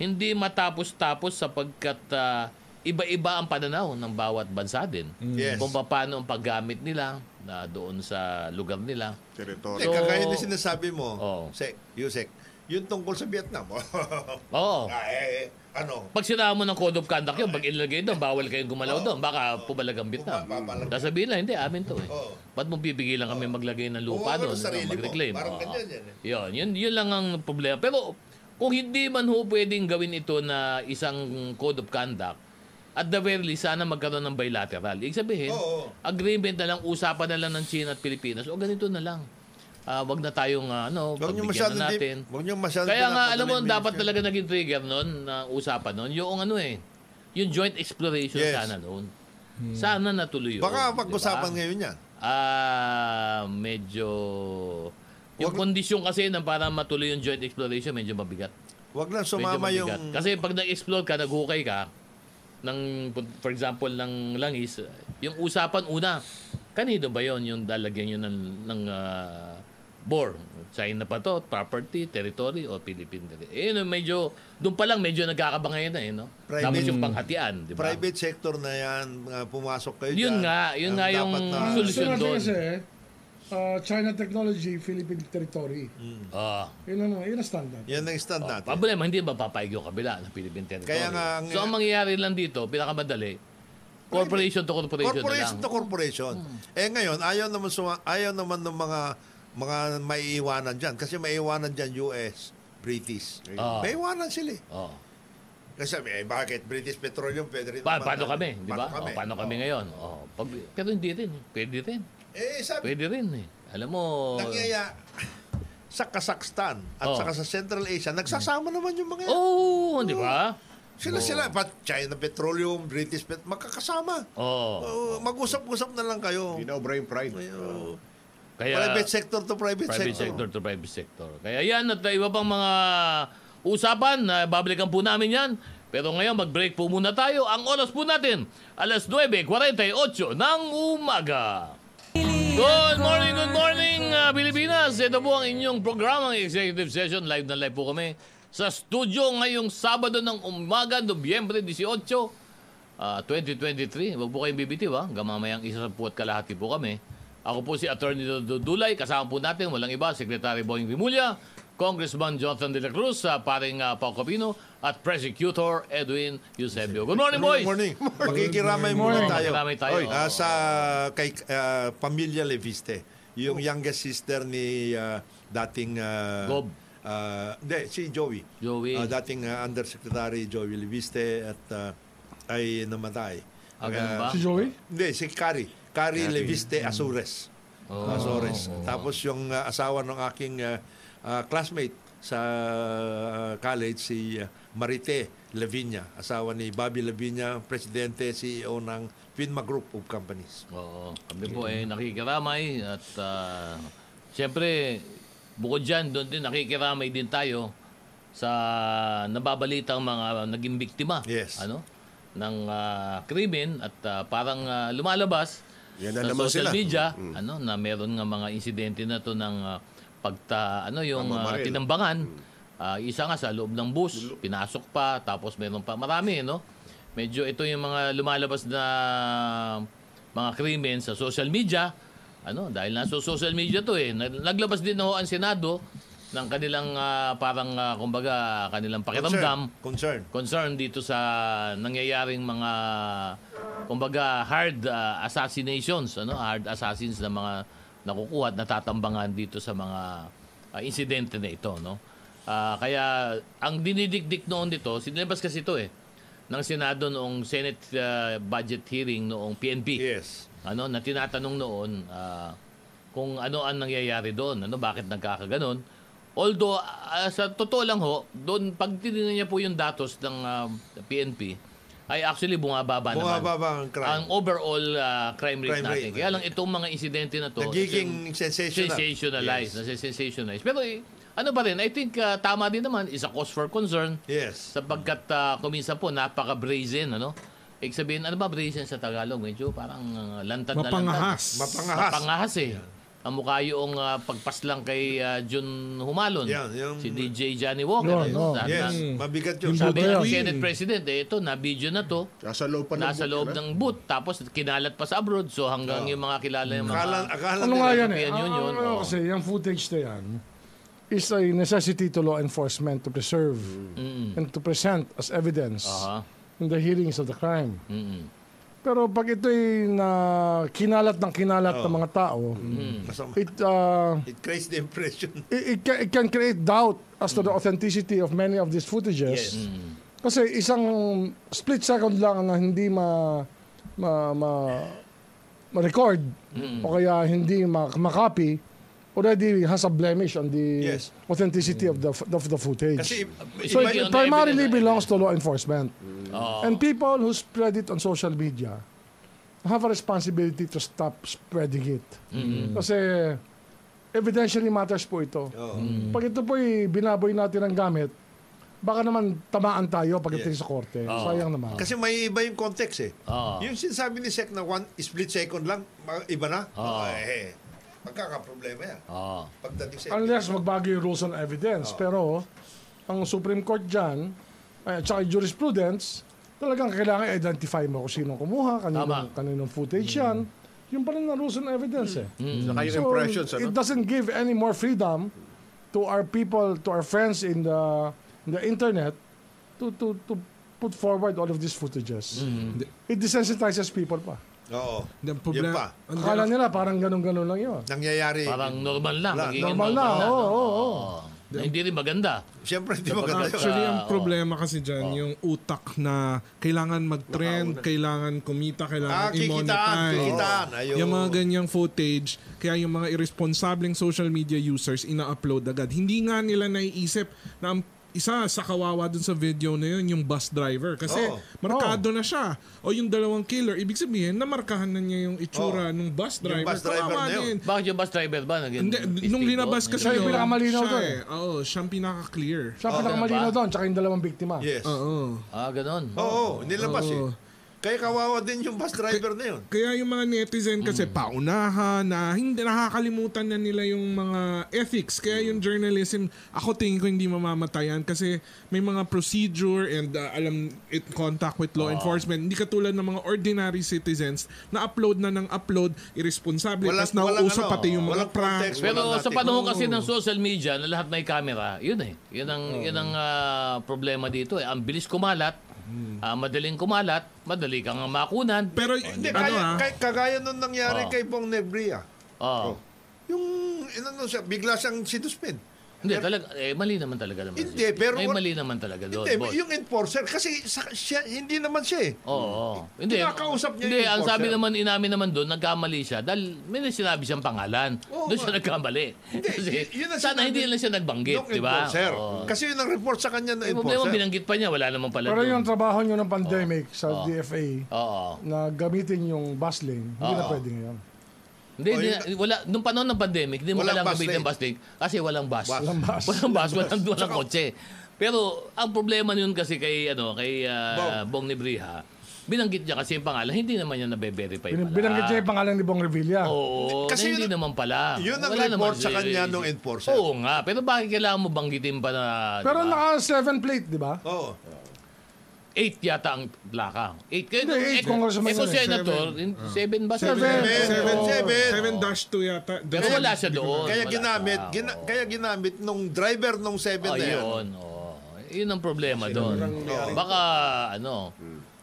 A: hindi matapos-tapos sapagkat ah, iba-iba ang pananaw ng bawat bansa din.
C: Yes.
A: Kung paano ang paggamit nila na doon sa lugar nila.
G: Territory.
C: Eh,
A: So-
C: kagaya na sinasabi mo,
A: Oo.
C: Sek, Yusek, yung tungkol sa Vietnam.
A: Oo.
C: ah, eh, eh, ano?
A: Pag sinama mo ng code of conduct yun, pag ilagay doon, bawal kayong gumalaw doon, baka pumalagang Vietnam.
C: Pumapalag-
A: Sasabihin lang, hindi, amin to eh.
C: Oo.
A: Ba't mo bibigilan kami maglagay ng
C: Gumawa
A: lupa
C: ka ng
A: doon,
C: ano sarili mo.
A: Ano mag-reclaim?
C: Parang
A: Oo.
C: ganyan yan eh.
A: Yun, yun, yun lang ang problema. Pero kung hindi man ho pwedeng gawin ito na isang code of conduct, at the very least, sana magkaroon ng bilateral. Ibig sabihin,
C: Oo.
A: agreement na lang, usapan na lang ng China at Pilipinas, o ganito na lang. Ah, wag na tayong ah, ano,
C: Huwag niyo
A: pagbigyan
C: masyadong
A: na
C: deep.
A: natin.
C: Huwag niyo masyadong
A: Kaya nga,
C: pinapadali
A: alam mo,
C: ano yung
A: dapat
C: ministry.
A: talaga naging trigger noon na usapan noon, yung ano eh, yung joint exploration
C: Yes.
A: sana noon. Sana natuloy yun.
C: Baka
A: Oh, di ba?
C: pag-usapan ngayon yan.
A: Ah, medyo... Yung kondisyon kasi na para matuloy yung joint exploration, medyo mabigat.
C: Huwag lang
A: Medyo
C: sumama yung...
A: mabigat. Kasi pag nag-explore ka, naghukay ka, ng, for example, ng langis, yung usapan una, kanino ba yon yung dalagyan yun ng, ng ah, bore? China pa to, property, territory, o Philippine territory. Eh, no, medyo, doon pa lang, medyo nagkakabangayan na eh, no?
C: Private-
A: Tapos yung panghatian, di ba?
C: Private sector na yan, mga pumasok kayo
A: Yun
C: dyan.
A: nga, yun
C: Ang
A: nga yung
C: dapat
D: Ang
A: solusyon
D: gusto natin
A: doon.
D: Kasi, ah, China Technology, Philippine Territory.
A: Ah.
D: Yun ang,
F: ano,
D: yun ang standard.
C: Yan ang
A: Oh.
C: stand natin.
A: Problema, hindi ba papayag yung kabila ng Philippine territory?
C: Kaya nga, ang-
A: so, ang mangyayari lang dito, pinakamadali, corporation to corporation,
C: corporation
A: na lang.
C: to
A: Hmm.
C: corporation. Eh ngayon, ayaw naman suma, ayaw naman ng mga mga maiiwanan diyan kasi maiiwanan diyan US, British.
A: Ah.
C: Maiiwanan sila. eh.
A: Oh.
C: Kasi eh, bakit British Petroleum pwede rin
A: Pa-
C: naman
A: paano
C: natin.
A: kami, di ba?
C: Paano kami?
A: Oh, paano kami ngayon? Oh. Pag, pero hindi rin. Pwede rin.
C: Eh sabi
A: Pwede rin eh. Alam mo,
C: nangyaya sa Kazakhstan at
A: Oh. Hmm.
C: saka sa Central Asia, nagsasama naman yung mga yan.
A: oh, di ba?
C: Sila sila, pat China Petroleum, British Pet, magkakasama.
A: Oh.
C: Oh, mag-usap-usap na lang kayo.
G: Dinobra yung pride.
C: Ayun.
A: Kaya,
C: private sector to private,
A: private sector to private sector. Kaya yan at iba pang mga usapan na babalikan po namin yan. Pero ngayon mag-break po muna tayo. Ang oras po natin, alas 9.48 ng umaga. Good morning, good morning, uh, Pilipinas! Ito po ang inyong programang Executive Session. Live na live po kami sa studio ngayong Sabado ng umaga, Nobyembre 18, ah, 2023. Huwag po kayong bibitiw, ha? Hanggang mamayang isa po at kalahati po kami. Ako po si Attorney Dodo Dulay. Kasama po natin, walang iba, Secretary Boying Rimulya, Congressman Jonathan De La Cruz, sa paring uh, Pao Capino, at Prosecutor Edwin Eusebio. Good morning, boys!
C: Good morning. Makikiramay muna
D: morning.
C: tayo.
A: Makikiramay tayo.
C: Oy, ah, sa kay ah, pamilya Leviste, yung youngest sister ni ah, dating ah,
A: Gob.
C: ah, hindi, si Joey.
A: Joey.
C: Ah, dating ah, Undersecretary Joey Leviste at ah, ay namatay.
A: Ah, ganun ba?
D: Si Joey?
C: Hindi, si Cari. Cari Leviste Azores.
A: Mm. Oh.
C: Azores. Tapos yung uh, asawa ng aking uh, uh, classmate sa uh, college, si uh, Marite Lavinia. Asawa ni Bobby Lavinia, presidente, CEO ng Finma Group of Companies.
A: Oo. Kami po ay nakikiramay at ah, siyempre bukod dyan, doon din nakikiramay din tayo sa nababalitang mga naging biktima
C: Yes.
A: ano ng ah, krimen at ah, parang ah, lumalabas
G: Yan na
A: sa
G: naman
A: social
G: sila. Mm.
A: media ano na meron nga mga insidente na to ng ah, pagta ano yung ah,
G: Pamamaril. Mm.
A: tinambangan Ah, isa nga sa loob ng bus pinasok pa tapos meron pa marami no medyo ito yung mga lumalabas na mga krimen sa social media ano dahil nasa social media to eh Nag- naglabas din ho ang senado ng kanilang ah, parang ah, kumbaga kanilang pakiramdam
C: Concern.
A: concern dito sa nangyayaring mga kumbaga hard uh, assassinations ano hard assassins na mga nakukuha at natatambangan dito sa mga uh, insidente na ito no Ah, kaya ang dinidikdik noon dito sinilabas kasi ito eh ng Senado noong Senate uh, budget hearing noong PNP
C: Yes.
A: ano na tinatanong noon ah, kung ano ang nangyayari doon, ano bakit nagkakaganon. Although ah, sa totoo lang ho, doon pag tinignan niya po yung datos ng ah, PNP ay actually bumababa,
C: Bumababa ang
A: naman.
C: crime.
A: Ang overall ah, crime rate
C: Crime
A: natin.
C: rate.
A: Kaya lang itong mga insidente na to ito yung
C: Nagiging sensational.
A: sensationalized, nasa-sensationalized. Pero eh, ano pa rin, I think ah, tama din naman is a cause for concern.
C: Yes.
A: Sapagkat ah, kuminsan po, napaka-brazen, ano? Ibig sabihin, ano ba brazen sa Tagalog? Medyo parang ah, lantad na lantad.
F: Mapangahas.
C: Mapangahas.
A: Mapangahas eh. Ang mukha yung ah, pagpaslang kay ah, Jun Humalon.
C: Yan, yung-
A: Si DJ Johnny Walker.
D: Yun,
A: Ayun,
D: oh.
A: na-
C: Yes, Mm.
A: na-
C: mabigat yun.
F: Yung
A: Sabi
F: Bobo
A: ng
F: yan.
A: Senate President, eh, ito, na-video na to.
G: Nasa loob pa ng
A: Nasa
G: book,
A: loob
G: diba?
A: ng booth. Tapos kinalat pa sa abroad. So hanggang yung mga kilala yung mga...
C: Akala, akala
D: Ano
C: nila-
D: nga yan eh?
A: European
D: Ang- ang
A: Union,
D: ano
A: oh.
D: kasi, yung footage na yan is a necessity to law enforcement to preserve and to present as evidence
A: Aha.
D: in the hearings of the crime.
A: Mm-mm.
D: Pero pag ito'y na kinalat ng
A: Oh.
D: kinalat ng mga tao,
C: Masama.
D: it, uh,
C: It creates the impression.
D: it, it ca- it can create doubt as
C: Mm.
D: to the authenticity of many of these footages. Kasi isang split second lang na hindi ma ma, ma, record
C: Mm.
D: o kaya hindi ma, makopy already has a blemish on the
C: Yes.
D: authenticity of the f- of the footage.
C: Kasi
D: so
A: Iba yun,
D: it primarily
A: evidence.
D: belongs to law enforcement.
A: Oo.
D: And people who spread it on social media have a responsibility to stop spreading it. Kasi evidentially matters po ito. Pag ito po'y binaboy natin ang gamit, baka naman tamaan tayo pagdating sa korte. Sayang naman.
C: Kasi may iba yung context eh.
A: Oo.
C: Yung sinasabi ni Sec na one split second lang, ma- iba na.
A: Oo.
C: Eh, magkakaproblema yan.
A: Oo.
C: Pagdating sa
D: Unless magbago yung rules on
G: Oh.
D: evidence. Pero ang Supreme Court dyan, at saka yung jurisprudence, talagang kailangan identify mo kung sinong kumuha,
A: Tama.
D: kaninong, kaninong footage yan. Yung pa rin na rules on evidence eh.
G: Saka Mm. yung
D: So,
G: impressions, ano?
D: It doesn't give any more freedom to our people, to our friends in the in the internet to to to put forward all of these footages. It desensitizes people pa.
C: Oo.
F: Ang
C: Yun pa.
F: problema, ang
D: Akala nila parang ganun-ganun lang yun.
C: Nangyayari.
A: Parang normal lang.
C: La-
A: magiging
D: normal na,
A: lang,
D: oo,
A: no?
D: oo, oo.
A: Na Hindi rin maganda.
C: Siyempre, hindi maganda yun.
F: Actually, ang
A: Ah, oo.
F: problema kasi dyan, yung utak na kailangan mag-trend, kailangan
C: Ah,
F: kumita, kailangan
C: kikitaan,
F: i-monetize.
C: kikitaan. Ayun.
F: Yung mga ganyang footage, kaya yung mga irresponsableng social media users ina-upload agad. Hindi nga nila naiisip na ang isa sa kawawa dun sa video na yun, yung bus driver. Kasi
C: Oo.
F: markado na siya. O yung dalawang killer, ibig sabihin, namarkahan na niya yung itsura ng bus driver.
C: bus driver
F: Kawawa
C: na yun.
F: din.
A: Bakit yung bus driver ba? Nag-
F: Hindi, nung linabas kasi
D: Siya yung
F: yun,
D: pinakamalinaw
F: siya
D: dun.
F: eh. Oo, siya ang pinaka-clear.
D: Siya ang pinakamalinaw doon, tsaka yung dalawang biktima.
C: Yes. Oo,
F: Oo.
A: Ah, ganun.
C: Oh, nilabas eh. Kaya kawawa din yung bus driver na yun.
F: Kaya yung mga netizen kasi
C: Mm.
F: paunahan na hindi nakakalimutan na nila yung mga ethics. Kaya yung journalism, ako tingin ko hindi mamamatayan kasi may mga procedure and uh, alam it contact with
C: Ah.
F: law enforcement. Hindi katulad ng mga ordinary citizens na upload na ng upload, irresponsible.
C: Walang-
F: Tapos nauuso
C: walang ano,
F: pati yung mga
C: walang
F: prank.
C: context,
A: Pero
C: Wala
A: sa
C: natin.
A: panahon kasi ng social media na lahat may camera, yun eh. Yun ang,
C: Oh.
A: yun ang ah, problema dito eh. Ang bilis kumalat,
C: Hmm.
A: ah, madaling kumalat, madali kang makunan.
F: Pero
C: Oh, Hindi,
F: ano
C: kaya,
F: ah,
C: kay, kagaya nung nangyari
A: Oo.
C: kay Bong Nebria.
A: Oh.
C: Yung, ano siya, bigla siyang sinuspend.
A: Hindi, talaga, eh, mali naman talaga naman.
C: Hindi, pero-
A: May mali naman talaga doon.
C: Hindi,
A: boss.
C: yung enforcer, kasi sa, siya, hindi naman siya eh.
A: Oo. oo. Hindi.
C: Kinakausap niya
A: Hindi,
C: yung eh.
A: ang
C: enforcer.
A: sabi naman, inamin naman doon, nagkamali siya. Dahil may sinabi siyang pangalan.
C: Oo
A: doon
C: nga.
A: siya nagkamali.
C: Hindi, y- yun ang
A: sana
C: sinabi
A: hindi lang siya nagbanggit,
C: Nung
A: di ba?
C: enforcer.
A: Diba? Oo.
C: Kasi yun ang report sa kanya na
A: Yung problema,
C: enforcer.
A: binanggit pa niya, wala naman pala
D: Pero
A: doon.
D: yung trabaho nyo ng pandemic
A: Oh.
D: sa DFA,
A: Oo.
D: na gamitin yung bus lane, hindi na
A: Oo.
D: pwede ngayon.
A: Hindi, hindi na- wala, nung panahon ng pandemic, hindi mo
C: Oh, Walang
A: kailangan
C: bus
A: gamitin
C: lane.
A: bus lane kasi walang bus.
D: Walang bus.
A: Walang bus, walang, walang kotse. Pero ang problema nun kasi kay, ano, kay ah, Bong Nebriha, binanggit niya kasi yung pangalan, hindi naman niya nabe-verify pala.
D: Bin-
A: Oh,
D: Binanggit niya yung pangalan ni Bong Revilla.
A: Oo,
C: Kasi
A: kasi hindi
C: yun-
A: naman pala.
C: yun ang
A: Wala
C: report
A: naman
C: sa
A: si-
C: kanya nung enforcer.
A: Oo nga, pero bakit kailangan mo banggitin pa na...
D: Pero
A: diba?
D: naka seven plate, di ba?
C: Oo.
A: Eight yata ang plaka. Eight. Kaya,
D: Hindi,
A: eh,
D: eight, congressman
A: eh, kung
D: yun eh,
A: senator, in- seven ba? Seven.
C: Seven,
D: Seven.
C: seven.
F: 7-2 yata.
A: Pero wala siya doon.
C: Kaya
A: Wala
C: ginamit,
A: siya.
C: gina- kaya ginamit nung driver nung 7
A: Oh,
C: na yan.
A: yun. Oh. Yun ang problema doon. Baka, ano,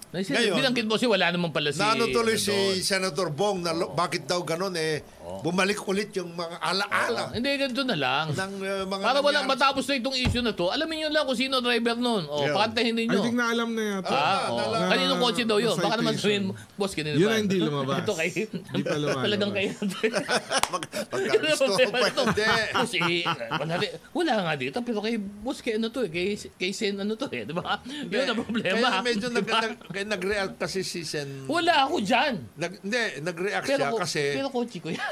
A: Naisip,
E: Ngayon-
A: binanggit mo si wala naman pala si...
E: Naano
C: Ano
E: tuloy si
A: doon.
E: Senator Bong na lo- bakit daw ganun eh bumalik ulit yung mga
A: Ah,
E: alaala
A: Hindi, ganito na lang.
E: ng uh,
C: eh,
E: mga
A: Para walang
E: nangyari-
A: matapos na itong issue na to, alamin nyo lang kung sino ang driver nun. O,
G: Yeah.
A: pakantahin
F: I
A: ninyo.
F: think na alam na
A: Ah,
F: yata.
E: Ah,
A: oo.
E: nala-
A: Kaninong kotse daw yun? Baka naman sabihin,
F: Citation.
A: boss, kanina ba?
F: Yun ang hindi lumabas.
A: Ito kayo.
F: Hindi pa lumalabas.
A: Talagang kayo.
C: Pag- Pagka gusto ko pwede.
A: Boss, eh, wala, rin- wala nga dito. Pero kay boss, kay ano to eh. Kay, kay Sen, ano to eh. Di ba? Yun ang problema.
E: Kaya medyo nag,
A: Diba?
E: nag, kaya nag-react kasi si Sen.
A: Wala ako dyan.
E: Nag, hindi, nag-react
A: Pero,
E: siya
A: ko,
E: kasi,
A: pero kotse ko yan.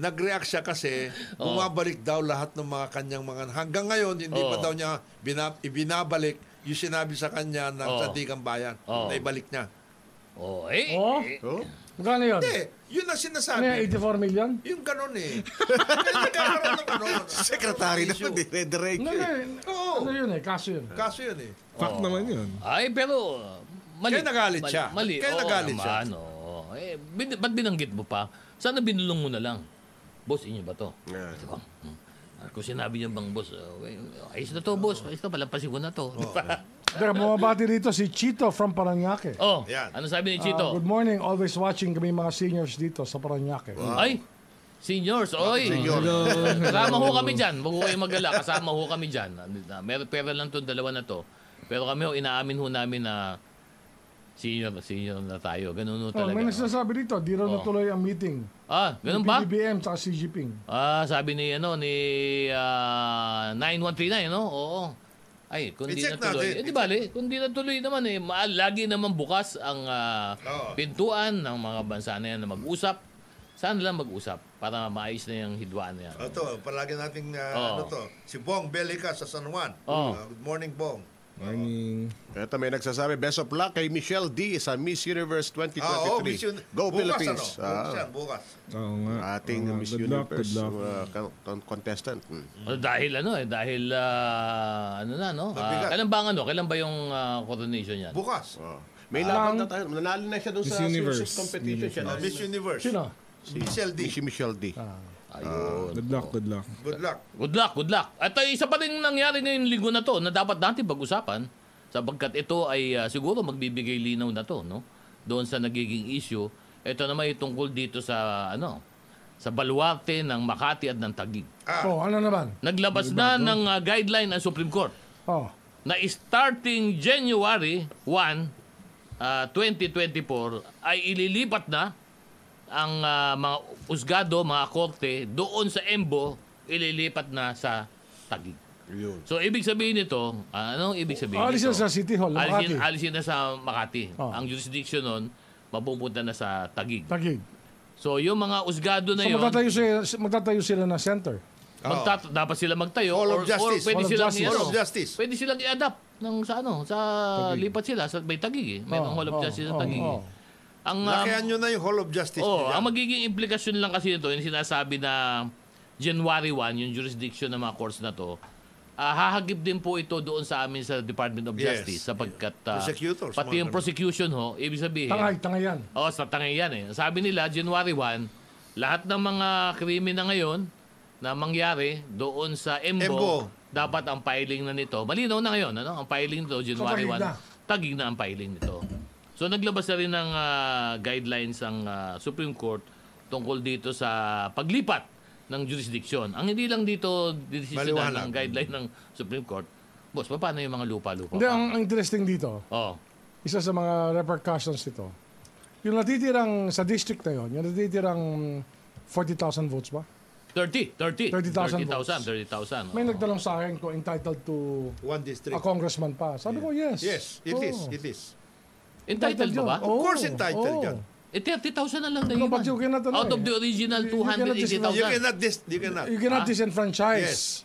E: nag-react siya kasi
A: Oo.
E: bumabalik daw lahat ng mga kanyang mga hanggang ngayon hindi pa
A: Oo.
E: daw niya bina, ibinabalik yung sinabi sa kanya ng
A: Oo.
E: Sandigan Bayan
A: Oo.
E: na ibalik niya.
A: oh, eh.
D: Oh,
G: Oh?
D: magkano yun?
E: Hindi, yun ang
D: Ano yan,
E: sinasabi.
D: 84 million?
E: Yung ganun eh. Kaya nagkakaroon ng ano.
G: Secretary
E: issue.
G: naman, dire-diretso.
D: Hindi,
G: eh.
D: oo. Ano yun eh, kaso yun.
E: Kaso yun eh.
F: Fact naman yun.
A: Ay, pero... uh, Mali.
E: Kaya nagalit
A: Mali-
E: siya.
A: Mali.
E: Kaya
A: Oo
E: nagalit siya.
A: naman, oo. Eh, bin, ba't binanggit mo pa? Sana binulong mo na lang. Boss, inyo ba to?
G: Yeah.
A: Di ba? Hmm. Ah, Kung sinabi niya bang boss, uh, eh, ayos na to boss, ayos na palampasin ko na to.
E: Oh,
A: Di ba?
D: Teka, bumabati rito si Chito from Paranaque.
A: Oh,
C: Yan.
A: ano sabi ni
D: Ah,
A: Chito?
D: good morning. Always watching kami mga seniors dito sa Paranaque.
A: Ay, seniors, oy.
F: Hello.
A: Kasama ho kami dyan. Huwag ho kayong mag-alala. Kasama ho kami dyan. Meron pera lang itong dalawa na to. Pero kami ho, inaamin ho namin na senior, senior na tayo. Ganun ho
D: Oh,
A: talaga.
D: may nagsasabi dito, di raw natuloy ang meeting.
A: Ah, ganun ba?
D: BBM sa si Jinping.
A: Ah, sabi ni ano ni ah, 9139, no? Oo. Ay, kung di
C: I-check
A: natuloy. Eh,
C: natin.
A: di bali, kung di natuloy naman eh, ma- lagi naman bukas ang ah, pintuan ng mga bansa na yan na mag-usap. Saan lang mag-usap para maayos na yung hidwaan na yan.
C: Oh, Ito, palagi nating uh,
A: Oo.
C: ano to.
E: ah, Si Bong Belica sa San Juan.
A: Oo.
E: Uh, good morning, Bong.
F: Morning.
G: Ito may nagsasabi, best of luck kay Michelle D sa Miss Universe 2023.
E: Ah, oo, Miss Yun-
G: Go
E: bukas,
G: Philippines.
E: Ano? Bukas
G: Ah,
E: yan, bukas.
F: Oo nga.
G: ating
F: Oo nga.
G: Miss
F: Ah, Good luck,
G: Universe
F: good luck.
G: uh, con- con- contestant. Mm.
A: O, dahil ano eh, dahil ah, ano na, no? Ah,
E: Mabigat.
A: kailan ba ang ano? Kailan ba yung ah, coronation yan?
E: Bukas.
G: Oh. May laban na tayo. Nanalo na siya doon
F: Um, Miss
G: sa
F: Universe. Ah.
G: Universe. competition. Siya
E: Uh,
G: na-
E: Miss Universe.
D: Sino?
E: Si Michelle D.
G: Miss Michelle D.
A: Ayun.
F: Good luck, good luck.
E: Good luck.
A: Good luck, good luck. At ay, isa pa rin nangyari ngayong linggo na to na dapat natin pag-usapan sapagkat ito ay ah, siguro magbibigay linaw na to, no? Doon sa nagiging issue, ito naman yung tungkol dito sa ano, sa baluarte ng Makati at ng Taguig.
D: Oh, ano naman?
A: Naglabas na ng ah, guideline ang Supreme Court
D: Oh.
A: na starting January 1, ah, 2024 ay ililipat na ang ah, mga usgado, mga korte doon sa EMBO ililipat na sa Taguig.
G: Yun.
A: So ibig sabihin nito, ah, ano ibig sabihin
D: Alis
A: nito?
D: na sa City Hall,
A: Alisin,
D: Makati.
A: alisin na sa Makati.
D: Oh.
A: Ang jurisdiction nun, mapupunta na sa Taguig.
D: Taguig.
A: So yung mga usgado na
D: So
A: yun,
D: magtatayo sila, magtatayo sila ng center.
A: magtat- dapat sila magtayo
E: Hall of
A: or,
E: Justice.
A: or pwede
D: Hall of
A: silang
D: Justice.
A: i-ano,
E: Hall of Justice.
A: Pwede silang i-adapt ng sa ano, sa lipat sila sa may Taguig eh. Merong
D: Oh,
A: Hall of
D: oh,
A: Justice sa
D: oh,
A: Taguig. eh.
D: oh.
A: Ang um,
E: Lakihan nyo na yung Hall of Justice.
A: oh,
E: nyo dyan.
A: ang magiging implikasyon lang kasi nito, yung sinasabi na January 1, yung jurisdiction ng mga courts na to, ah, hahagip din po ito doon sa amin sa Department of
E: Yes.
A: Justice sapagkat ah,
E: Prosecutors, mga
A: pati yung
E: ganun.
A: prosecution ho, ibig sabihin,
D: Tangay, tangay yan.
A: Oo, sa tangay yan eh. Sabi nila, January 1, lahat ng mga krimi na ngayon na mangyari doon sa EMBO,
E: Embo.
A: dapat ang filing na nito. Malinaw na ngayon, ano? Ang filing nito, January
D: tagig
A: 1,
D: na.
A: tagig na ang filing nito. So naglabas na rin ng ah, guidelines ang ah, Supreme Court tungkol dito sa paglipat ng jurisdiction. Ang hindi lang dito disisinan
E: Maliwanag.
A: ng guideline ng Supreme Court. Boss, paano yung mga lupa-lupa?
D: Hindi, ang, ang interesting dito,
A: oh.
D: isa sa mga repercussions nito, yung natitirang sa district na yun, yung natitirang 40,000 votes ba?
A: 30, 30. 30,000,
D: 30,000 votes.
A: 30,000.
D: May
A: oo.
D: nagtanong sa akin kung entitled to
E: One
D: a
E: district.
D: congressman pa. Sabi ko, yes.
E: Yes, it
D: Oo.
E: is. It is.
A: Entitled ba
D: yun.
A: ba?
D: Oo,
E: course entitled
D: oo.
E: yan.
A: Eh, 30,000 na lang na yun.
D: No, but you cannot, ano,
A: Out of
D: eh.
A: the original
D: You- you cannot dismiss-
E: You
A: 280,000.
E: cannot this. You cannot.
D: You cannot
A: Ah.
D: disenfranchise a,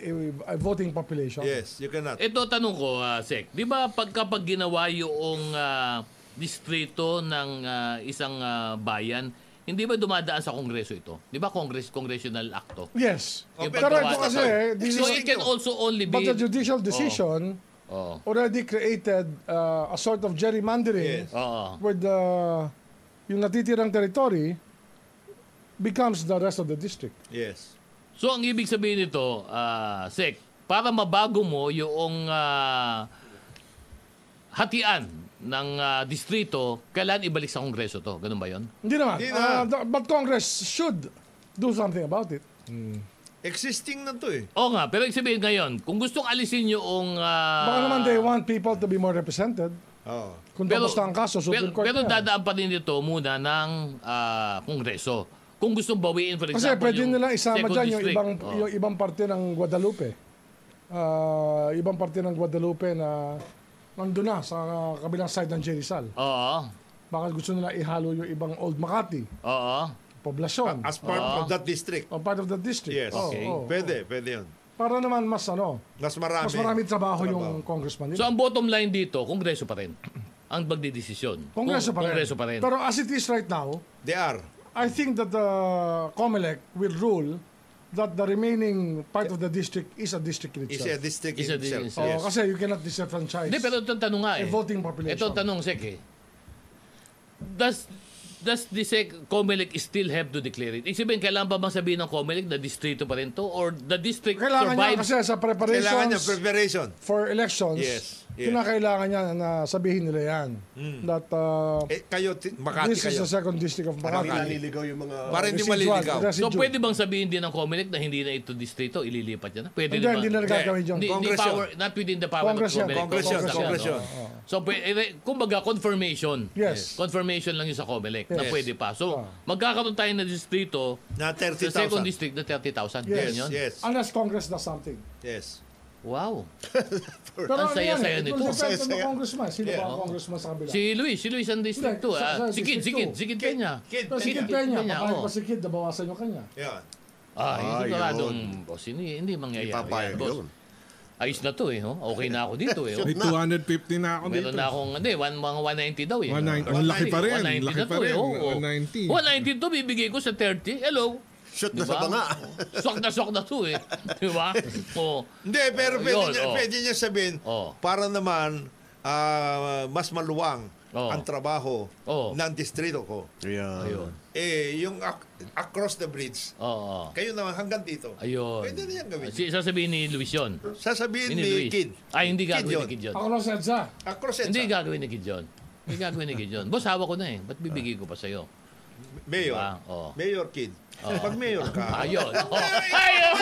D: a- a voting population.
E: Yes, you cannot.
A: Ito, tanong ko, ah, Sek. Di ba pagkapag ginawa yung ah, distrito ng ah, isang ah, bayan, hindi ba dumadaan sa Kongreso ito? Di ba Congress, Congressional Acto?
D: Yes.
A: Yung
D: Pero
A: paggawa
D: ito
A: na-
D: kasi, this
A: So
D: is,
A: it can also only be...
D: but the judicial
A: Oh.
D: decision
A: Oo.
D: already created uh, a sort of gerrymandering
A: Oo.
D: where the yung natitirang territory becomes the rest of the district.
E: Yes.
A: So ang ibig sabihin nito, ah, Sek, para mabago mo yung ah, hatian ng ah, distrito, kailan ibalik sa Kongreso to? Ganun ba yon?
D: Hindi naman.
E: Hindi na.
D: Ah, the- but Congress should do something about it.
E: Existing na to eh.
A: Oo nga, pero ibig sabihin ngayon, kung gustong alisin yung... ah,
D: Baka naman they want people to be more represented.
E: Oo.
D: Kung tapos na ang kaso,
A: pero,
D: Supreme Court
A: pero
D: na.
A: dadaan pa rin ito muna ng ah, Kongreso. Kung gustong bawiin, for
D: Kasi
A: example,
D: pwede
A: yung
D: nila isama
A: second
D: dyan yung
A: district. Oh.
D: ibang,
A: Oo.
D: yung ibang parte ng Guadalupe. Ah, ibang parte ng Guadalupe na nandun na sa kabilang side ng Jerizal.
A: Oo.
D: Baka gusto nila ihalo yung ibang Old Makati,
A: Oo.
D: poblasyon,
E: As part of that district.
D: o part of the district.
E: Ah, Yes.
D: Oo,
A: Okay.
D: oo.
E: Pwede, pwede yun.
D: Para naman mas ano,
E: Mas marami.
D: Oh. mas marami trabaho yung
A: So
D: congressman nila.
A: ang bottom line dito, Kongreso pa rin. Ang magdidesisyon.
D: Kongreso pa rin.
A: Kongreso pa rin.
D: Pero as it is right now,
E: They are.
D: I think that the COMELEC will rule that the remaining part of the district is a district in
E: Is a
D: itself.
E: district
A: Is a
E: itself.
A: district.
D: Oo,
E: Yes.
D: kasi you cannot disenfranchise.
A: Hindi, pero itong tanong nga eh.
D: A voting population.
A: Itong tanong, Sek eh. Does, does the Sec COMELEC still have to declare it? Ibig sabihin, kailangan pa bang sabihin ng COMELEC na distrito pa rin to? Or the district
D: Kailangan
A: survives?
D: niya kasi sa
E: Kailangan niya
D: preparations
E: preparation.
D: for elections,
E: Yes, yes. Hmm.
D: kinakailangan niya na sabihin nila yan. That uh,
E: Eh, kayo, ti- Makati
D: this is
E: kayo.
D: the second district of
G: Parang
D: Makati.
G: nililigaw yung mga...
E: Para hindi
D: Residual,
E: maliligaw.
A: So
D: residual.
A: pwede bang sabihin din ng COMELEC na hindi na ito distrito, ililipat niya na? Pwede rin
D: Hindi,
A: ba?
D: hindi na gagawin yun.
A: Hindi, hindi
E: Congress yun.
A: power, not within the power
D: Congress
A: of
D: yun.
A: COMELEC.
E: Congress yun,
A: Congress
E: Congress
A: yun,
E: yun.
A: oo. So, pwe- eh, kumbaga, confirmation.
D: Oh, Yes. Ah.
A: Confirmation lang yun sa COMELEC na
E: Yes.
A: pwede pa. So, magkakaroon tayo ng distrito
E: Na
A: sa second
E: 30,000.
A: district na 30,000.
E: Yes,
A: Ganun yun?
E: yes,
D: Unless Congress does something.
E: yes.
A: Wow.
D: Pero
A: Ang
D: ano
A: saya-saya
D: yan, it
A: nito.
D: will depend on the
G: Saya-saya.
D: congressman. Sino ba ang congressman sa kabila?
A: Si Luis, si Luis ang district
D: Hindi,
A: 2.
D: sa- sa
A: Ah, si Kid,
D: district
A: si Kid,
D: two.
A: si Kid Kenya.
E: Kid
D: Pero si Kid Peña, pakain
A: oo.
D: pa si Kid, nabawasan yung kanya.
E: Yeah.
A: Ah,
G: Ah,
A: siguradong, boss, hindi, hindi mangyayari.
G: Papayag
A: yan, boss.
G: yun.
A: Ayos na to eh. oh. Okay na ako dito eh. oh.
F: May 250 na ako dito.
A: Meron na akong, hindi, one, mga 190 daw eh.
F: 190. Ang laki pa rin.
A: 190
F: Laki
A: na
F: pa
A: to eh.
F: rin.
A: oo. 190
F: 190.
A: to, bibigay ko sa 30. Hello.
G: Shoot na
A: Diba?
G: sa banga.
A: Sok na sok na to eh. Di ba? Oo.
E: Hindi, pero
A: Oh,
E: pwede,
A: yun,
E: niya,
A: oh.
E: pwede niya sabihin,
A: Oh.
E: para naman ah, mas maluwang
A: Oh.
E: ang trabaho
A: Oh.
E: ng distrito ko.
G: Ayun.
E: Eh, yung ac- across the bridge,
A: Oo.
E: kayo naman hanggang dito.
A: Ayun.
E: Pwede na yan gawin.
A: Si, sasabihin ni Luis yun.
E: Sasabihin
A: Hindi,
E: ni
A: Luis.
E: Kid.
A: Ay, hindi
E: Kid
A: gagawin
E: yun.
A: ni Kid yun.
D: Ako lang sa EDSA.
E: Across
A: Hindi
E: EDSA.
A: gagawin ni Kid yun. Hindi gagawin ni Kid yun. Boss, hawak ko na eh. Ba't bibigay ko pa sa'yo?
E: Mayor.
A: Ah, oh.
E: Mayor Kid. Pag mayor ka,
A: Ayun. Oh. Ayun.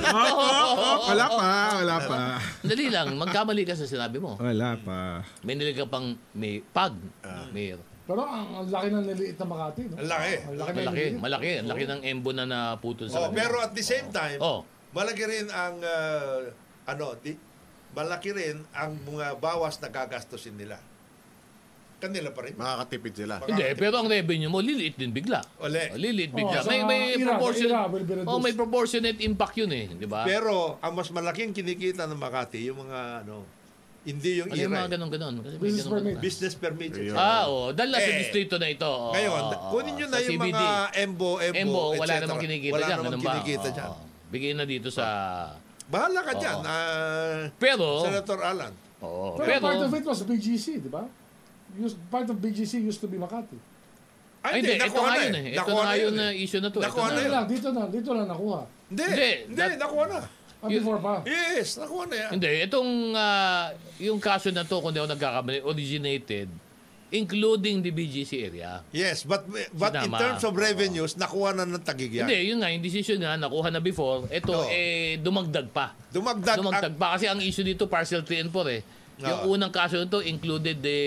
F: Oo, oo, oo. ah, Wala pa, wala pa.
A: Dali lang. Magkamali ka sa sinabi mo.
F: Wala pa.
A: May nilagay ka pang may pag.
E: Ah.
A: May
D: Pero ang, ang laki ng niliit na Makati. No?
E: ang laki.
D: Ang laki ng
A: malaki,
D: niliit.
A: malaki, ang laki ng embo na naputol sa
E: Oh,
A: kanila.
E: pero at the same time,
A: Oh.
E: malaki rin ang ah, ano, di, malaki rin ang mga bawas na gagastusin nila. Kanila pa rin.
G: Makakatipid sila.
A: Hindi, pero ang revenue mo, liliit din bigla.
E: Uli.
A: Oh, Liliit bigla.
D: Oh, sa
A: may may
D: ira,
A: proportion.
D: ira will be reduced.
A: Oh, may proportionate impact yun eh, di ba?
E: Pero ang mas malaking kinikita ng Makati, yung mga ano, hindi yung
A: ano yung
E: ira.
A: mga ganun ganun? Kasi may
D: Business
A: ganun-
D: permit.
A: ganun.
E: Business permit.
G: Ayun.
A: Ah, oo. Dahil nasa
E: Eh.
A: distrito na ito. Oo,
E: Ngayon,
A: oo, oo.
E: kunin nyo na
A: Ah, Sa
E: yung
A: CBD.
E: mga embo, embo,
A: embo,
E: et
A: wala
E: cetera.
A: namang kinikita
E: Wala
A: dyan. ano, Ah.
E: namang
A: ganun ba?
E: kinikita
A: Oo,
E: dyan.
A: oo. Bigyan na dito sa...
E: Bahala ka dyan, ah,
A: Pero,
E: Senator Alan.
A: oo,
D: Pero,
A: pero,
D: part of it was BGC, di ba? Used, part of BGC used to be Makati.
A: Ay,
E: Ay,
A: hindi, ito
E: nakuha
A: nga
E: na
A: yun
E: eh.
A: eh. Ito
E: Nakuha
A: nga
E: na
A: yun
E: yun
A: na
E: eh.
A: issue na to. Ito
E: Nakuha na
A: na
D: Hindi
E: yun.
D: lang, dito na, dito na nakuha.
E: Hindi,
A: Hindi,
E: hindi,
A: that-
E: nakuha na.
D: Ah, before pa.
E: Yes, nakuha na yan.
A: Hindi, itong ah, yung kaso na to, kung di ako nagkakamali, originated including the BGC area.
E: Yes, but
C: eh,
E: but in
A: Sinama.
E: terms of revenues, nakuha na ng tagigyan.
A: Hindi, yun nga, yung decision nga, nakuha na before, ito,
E: Oo.
A: eh, dumagdag pa.
E: Dumagdag.
A: dumagdag pa. Kasi ang issue dito, parcel 3 and 4 eh. Yung
E: Oo.
A: unang kaso nito, included the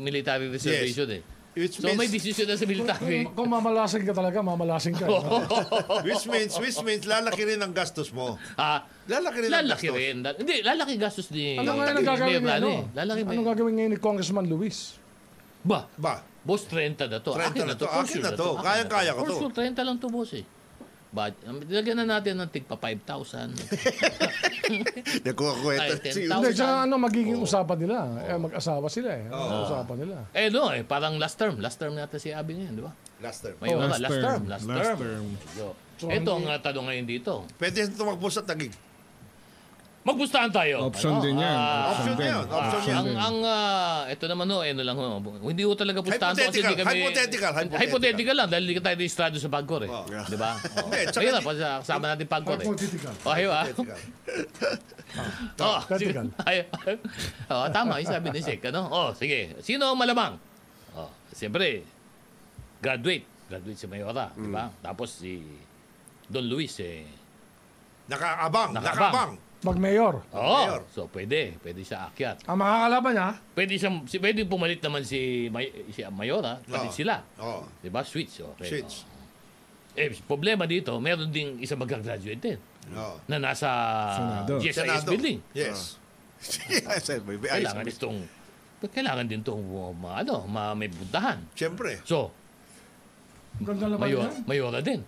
A: military reservation eh.
E: Which
A: So may
E: means-
A: decision na sa military.
D: Kung, kung mamalasing ka talaga, mamalasing ka. no?
E: which means, which means, lalaki rin ang gastos mo.
A: ha?
E: Lalaki rin ang
A: Ah, Lalaki
E: gastos.
A: rin. Lal- Hindi, lalaki gastos ni
D: Ano nga
A: ni
D: yung gagawin
A: Mayor
D: niya?
A: Lani
D: Ano?
A: eh. Lalaki ba?
D: Anong gagawin ngayon ni Congressman Luis?
A: Ba,
E: Ba,
A: boss 30 na to.
E: 30
A: akin na
E: na
A: to.
E: to,
A: for
E: akin
A: sure
E: na to.
A: akin
E: Kayang-kaya ko
A: For
E: to.
A: sure, 30 lang to boss eh. But, um, lagyan na natin ng tigpa 5,000.
G: Nagkukakweta.
A: Ay,
G: Si-
A: 10,000.
D: Hindi, tsaka ano magiging usapan nila? Eh, mag-asawa sila eh. Ano Usapan nila.
A: eh no eh, parang last term. Last term natin si Abby ngayon, di ba?
E: last term.
D: Oh,
A: May mga- Ah, last, term. Last, term.
F: term.
A: So, ito ang uh, tanong ngayon dito.
E: Pwede siya tumakbo sa tagig.
A: Magpustahan tayo. Ano?
F: Option din yan.
A: Ah.
E: Option
F: din.
E: yun, option
F: Option
E: yun.
A: ang
F: din.
A: ang ah, ito naman ho, ano lang ho. Hindi ho talaga pustahan to kasi hindi
E: Hypothetical,
A: kami
E: hypothetical, hypothetical.
A: Hypothetical lang dahil hindi ka tayo registrado sa Pagcor eh.
E: Oh.
A: Di ba? Oh.
E: Hindi, tsaka
A: Ayun na,
E: di-
A: pa- kasama natin Pagcor eh.
D: Hypothetical.
A: Oh, ayun ah. Oh, sige.
D: hypothetical.
A: Ay, oh, tama, yung sabi ni Sek. Ano? Oh, sige. Sino ang malamang? Oh, siyempre, graduate. Graduate si Mayora, di
E: Hmm.
A: ba? Tapos si Don Luis eh. Nakaabang.
E: Nakaabang, nakaabang.
D: Mag-mayor.
A: Oh,
E: Mayor.
A: so pwede. Pwede siya akyat.
D: Ang makakalaban niya,
A: Pwede siyang, si, pwede pumalit naman si, May, si Mayora, pati
E: Oo.
A: sila.
E: Oo.
A: Di ba? Switch. Okay.
E: Oh, Switch.
A: Eh, problema dito, meron ding isa mag-graduate din
E: Oo.
A: na nasa
F: Senado.
A: GSIS
E: Oh. Senado.
A: building.
E: Yes.
A: Kailangan din itong, kailangan din itong, uh, ma- ano, ma, may puntahan.
E: Siyempre.
A: So,
D: ang ganda naman
A: mayor,
D: niya.
A: mayora din.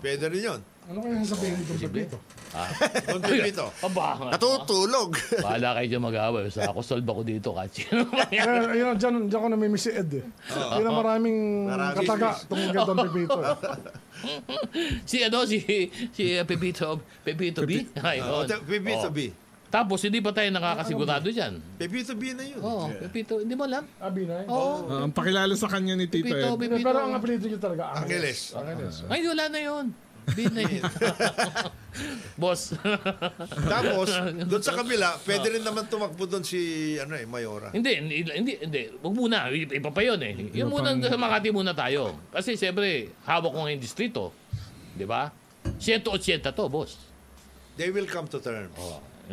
E: Pwede rin yun.
D: Ano kaya sabihin nito sa dito?
E: Don Pepito.
A: Aba,
G: Natutulog.
A: bahala kayo dyan mag-away. Sa ako, solve ako dito kahit sino man yan.
D: Kaya, yun, Eh, dyan, dyan ko namimiss si Ed eh. Yun ang maraming
G: Maraming
D: kataga tungkol kay Don Pepito. eh.
A: Si ano, si, si uh, Pepito, Pepito B? Ayun.
E: Pepito
A: Oh.
E: B.
A: Tapos, hindi pa tayo nakakasigurado dyan.
E: Pepito B na yun.
A: Oo, Pepito, hindi mo alam.
D: Ah, Binay?
A: Oo,
F: Ah, ang pakilala sa kanya ni Tito
A: Pepito,
E: eh.
F: Ed.
A: Pepito. eh.
D: Pero ang apelido niya talaga,
E: Angeles.
D: Angeles.
A: Ay, wala na yun. Binay. Boss.
E: Tapos, doon sa kabila,
A: Oh.
E: pwede rin naman tumakbo doon si, ano eh, Mayora.
A: hindi, hindi, hindi, hindi. Huwag muna. I- Iba pa yun eh. Yun muna, sa Makati muna tayo. Kasi siyempre, hawak ko ngayon distrito. Di ba? 180 to, boss.
E: They will come to terms.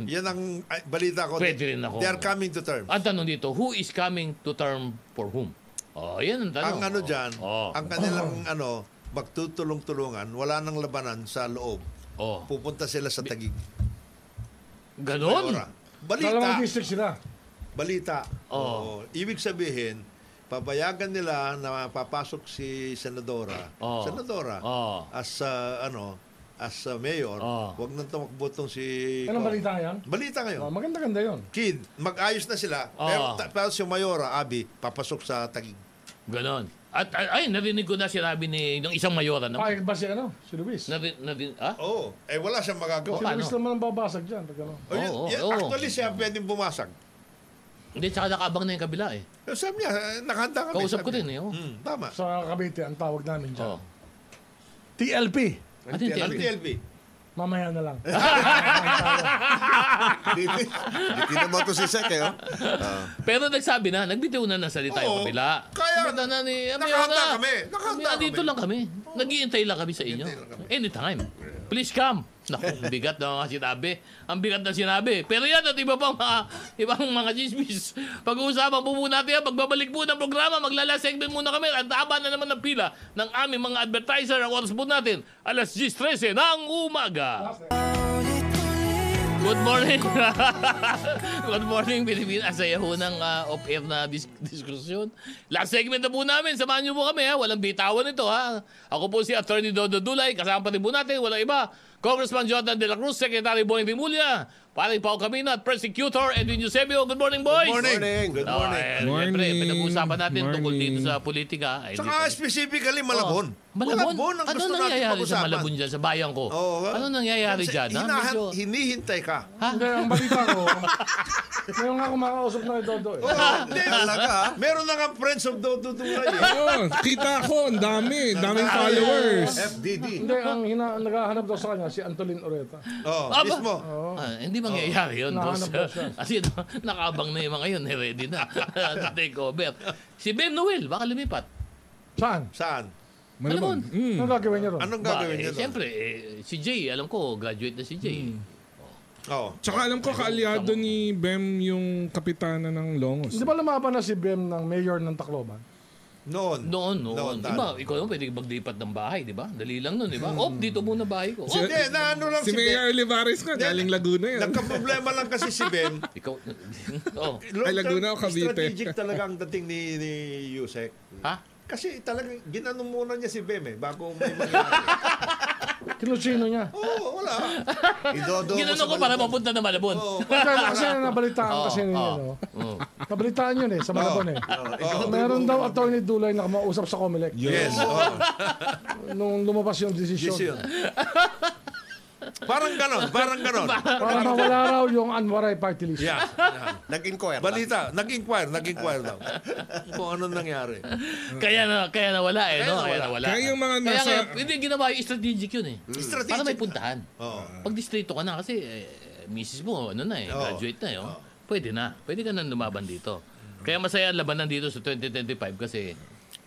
E: Yan ang ay, balita ko.
A: Oh. Pwede rin ako.
E: They are coming to terms.
A: Ang tanong dito, who is coming to term for whom? Oh, yan ang tanong.
E: Ang ano
A: Oh.
E: dyan,
A: Oh.
E: ang kanilang ano, magtutulong-tulungan, wala nang labanan sa loob.
A: oh.
E: Pupunta sila sa Tagig.
A: Ganon?
E: Mayora. Balita.
D: Dalawang district sila.
E: Balita.
A: Oo.
E: Oo. Ibig sabihin, papayagan nila na papasok si Senadora.
A: Oo.
E: Senadora.
A: Oo.
E: As uh, ano, as uh, mayor,
A: Oo.
E: wag nang tumakbo tong si
D: Anong balita yan?
E: Balita
D: Oh,
E: ngayon.
D: maganda-ganda yun.
E: Kid, mag-ayos na sila.
A: Oo.
E: Pero, ta- pero si Mayora, Abi, papasok sa Tagig.
A: Ganon. At ay, ay, narinig ko na sinabi ni ng isang mayora na.
D: Pahit ba si ano? Si Luis?
A: Narin, narin, ah?
E: Oo. Oh, eh wala siyang magagawa.
D: Si
A: ano?
D: Luis naman ang babasag dyan. Pag ano.
E: Oh, yun-
A: Oo,
E: yun-
A: oo.
E: Actually, siya pwedeng bumasag.
A: Hindi, tsaka nakabang na yung kabila eh.
E: Eh, Sabi niya, eh, nakahanda kami.
A: Kausap
E: sabi
A: ko din
E: niya.
A: eh. Oh.
E: Hmm, tama.
D: Sa Cavite, ang tawag namin dyan.
A: Oh.
D: TLP.
A: At yung
E: Ang
A: TLP.
E: TLB.
D: Mamaya na lang.
G: Hindi naman to si Sek eh. oh.
A: Pero nagsabi na, nagbitiw na ng salita yung
E: Oo,
A: kabila.
E: kaya-
A: Nakahanda na ni ano
E: nakahanda
A: Mayora.
E: kami, nakahanda
A: Kami, Andito
E: kami.
A: lang kami. Nag-iintay lang kami sa inyo. Anytime. Please come. Naku, ang bigat na mga sinabi. Ang bigat na sinabi. Pero yan at iba pang mga, ibang mga chismis. Pag-uusapan po muna natin yan. Pagbabalik po ng programa, maglala segment muna kami. Ang taba na naman ng pila ng aming mga advertiser. Ang oras po natin, alas 10.13 ng umaga. Good morning. Good morning, Pilipinas. Saya ho ng ah, off-air na dis- diskusyon. Last segment na po namin. Samahan niyo po kami ha. Walang bitawan ito ha. Ako po si Attorney Dodo Dulay. Kasama pa rin po natin. Walang iba. Congressman Jonathan De La Cruz, Secretary Boying Rimulya, Paring Pao Camino at Persecutor Edwin Eusebio. Good morning, boys.
E: Morning.
A: Good morning. Ah, eh,
F: Morning.
A: Siyempre, pinag-uusapan natin tungkol
F: Morning.
A: dito sa politika. Ay,
E: Saka
A: dito-
E: specifically Malabon.
F: Oh.
A: Malabon?
E: ang
A: ano
E: gusto natin
A: nangyayari sa
E: pag-usapan.
A: Malabon dyan, sa bayan ko?
E: Oo.
A: ano nangyayari
E: Kasi
A: dyan? ha?
E: hinahan-
A: Medyo-
E: Hinihintay ka.
D: Hindi, ang balita ko, ngayon nga kumakausap na ito doon. Eh.
E: Hindi, talaga. Meron na nga friends of Dodo Dulay. eh.
F: Oh, kita ko, ang dami. Daming followers.
G: FDD.
D: Hindi, ang hina, naghahanap daw sa kanya si Antolin Oreta.
E: Oh,
A: Aba.
E: mismo.
A: Ah, hindi mangyayari yun, boss.
D: Nahanap boss yan.
A: Kasi no, nakabang na yung mga yun, eh, ready na to take over. Si Ben Noel, baka lumipat.
D: Saan?
E: Saan?
A: Malabon.
F: Mm.
D: Ano gagawin niya ron?
E: Anong
A: Ba,
E: gagawin
A: eh,
E: niya doon?
A: siyempre, eh, si Jay, alam ko, graduate na si Jay.
E: Oh.
F: Tsaka alam ko, kaalyado ni Bem yung kapitana ng Longos.
D: Hindi ba lumaban na si Bem ng mayor ng Tacloban?
E: Noon.
A: Noon, noon.
E: Noon,
A: Di ba, ikaw naman pwede maglipat ng bahay, di ba? Dali lang nun, di ba? Oh, dito muna bahay ko. Oh,
E: Hindi, na ano lang
F: Si
E: si, Ben.
F: Mayor Olivares nga, galing Laguna yun.
E: Nagka-problema lang kasi si Ben.
A: ikaw. oh.
E: Long-term
F: Laguna o Cavite?
E: Strategic talaga ang dating ni, ni Yusek.
A: Ha?
E: Kasi talagang ginano muna niya si Bem eh, bago may mangyari.
D: Kinuchino niya.
E: Oo, wala.
G: Idodo mo
A: Ginano
G: sa
A: ko para
G: balabon.
A: mapunta na Malabon. Oh,
D: Kasi, kasi nabalitaan kasi ninyo, no?
A: oh.
D: Nabalitaan yun eh, sa Malabon eh. Meron daw attorney Dulay na kumausap sa Comelec
E: Yes. Oh.
D: nung lumabas yung desisyon.
E: Yes yun.
C: Parang ganon, parang ganon.
D: Para mawala raw yung Anwaray party list.
C: yeah.
G: Nag-inquire lang.
C: Balita, nag-inquire, nag-inquire daw. Kung anong nangyari.
A: Mm. Kaya na, kaya nawala eh,
C: Kaya
A: no?
C: nawala. Mm.
A: Kaya nawala.
F: Kaya yung mga
A: Kaya
F: nasa-
A: nga, hindi ginawa yung strategic yun eh.
C: Strategic.
A: Para may puntahan.
C: Oo.
A: Pag distrito ka na kasi, eh, misis mo, ano na eh,
C: Oo.
A: graduate na eh. oh. Pwede na. Pwede ka na lumaban dito. Kaya masaya ang labanan dito sa 2025 kasi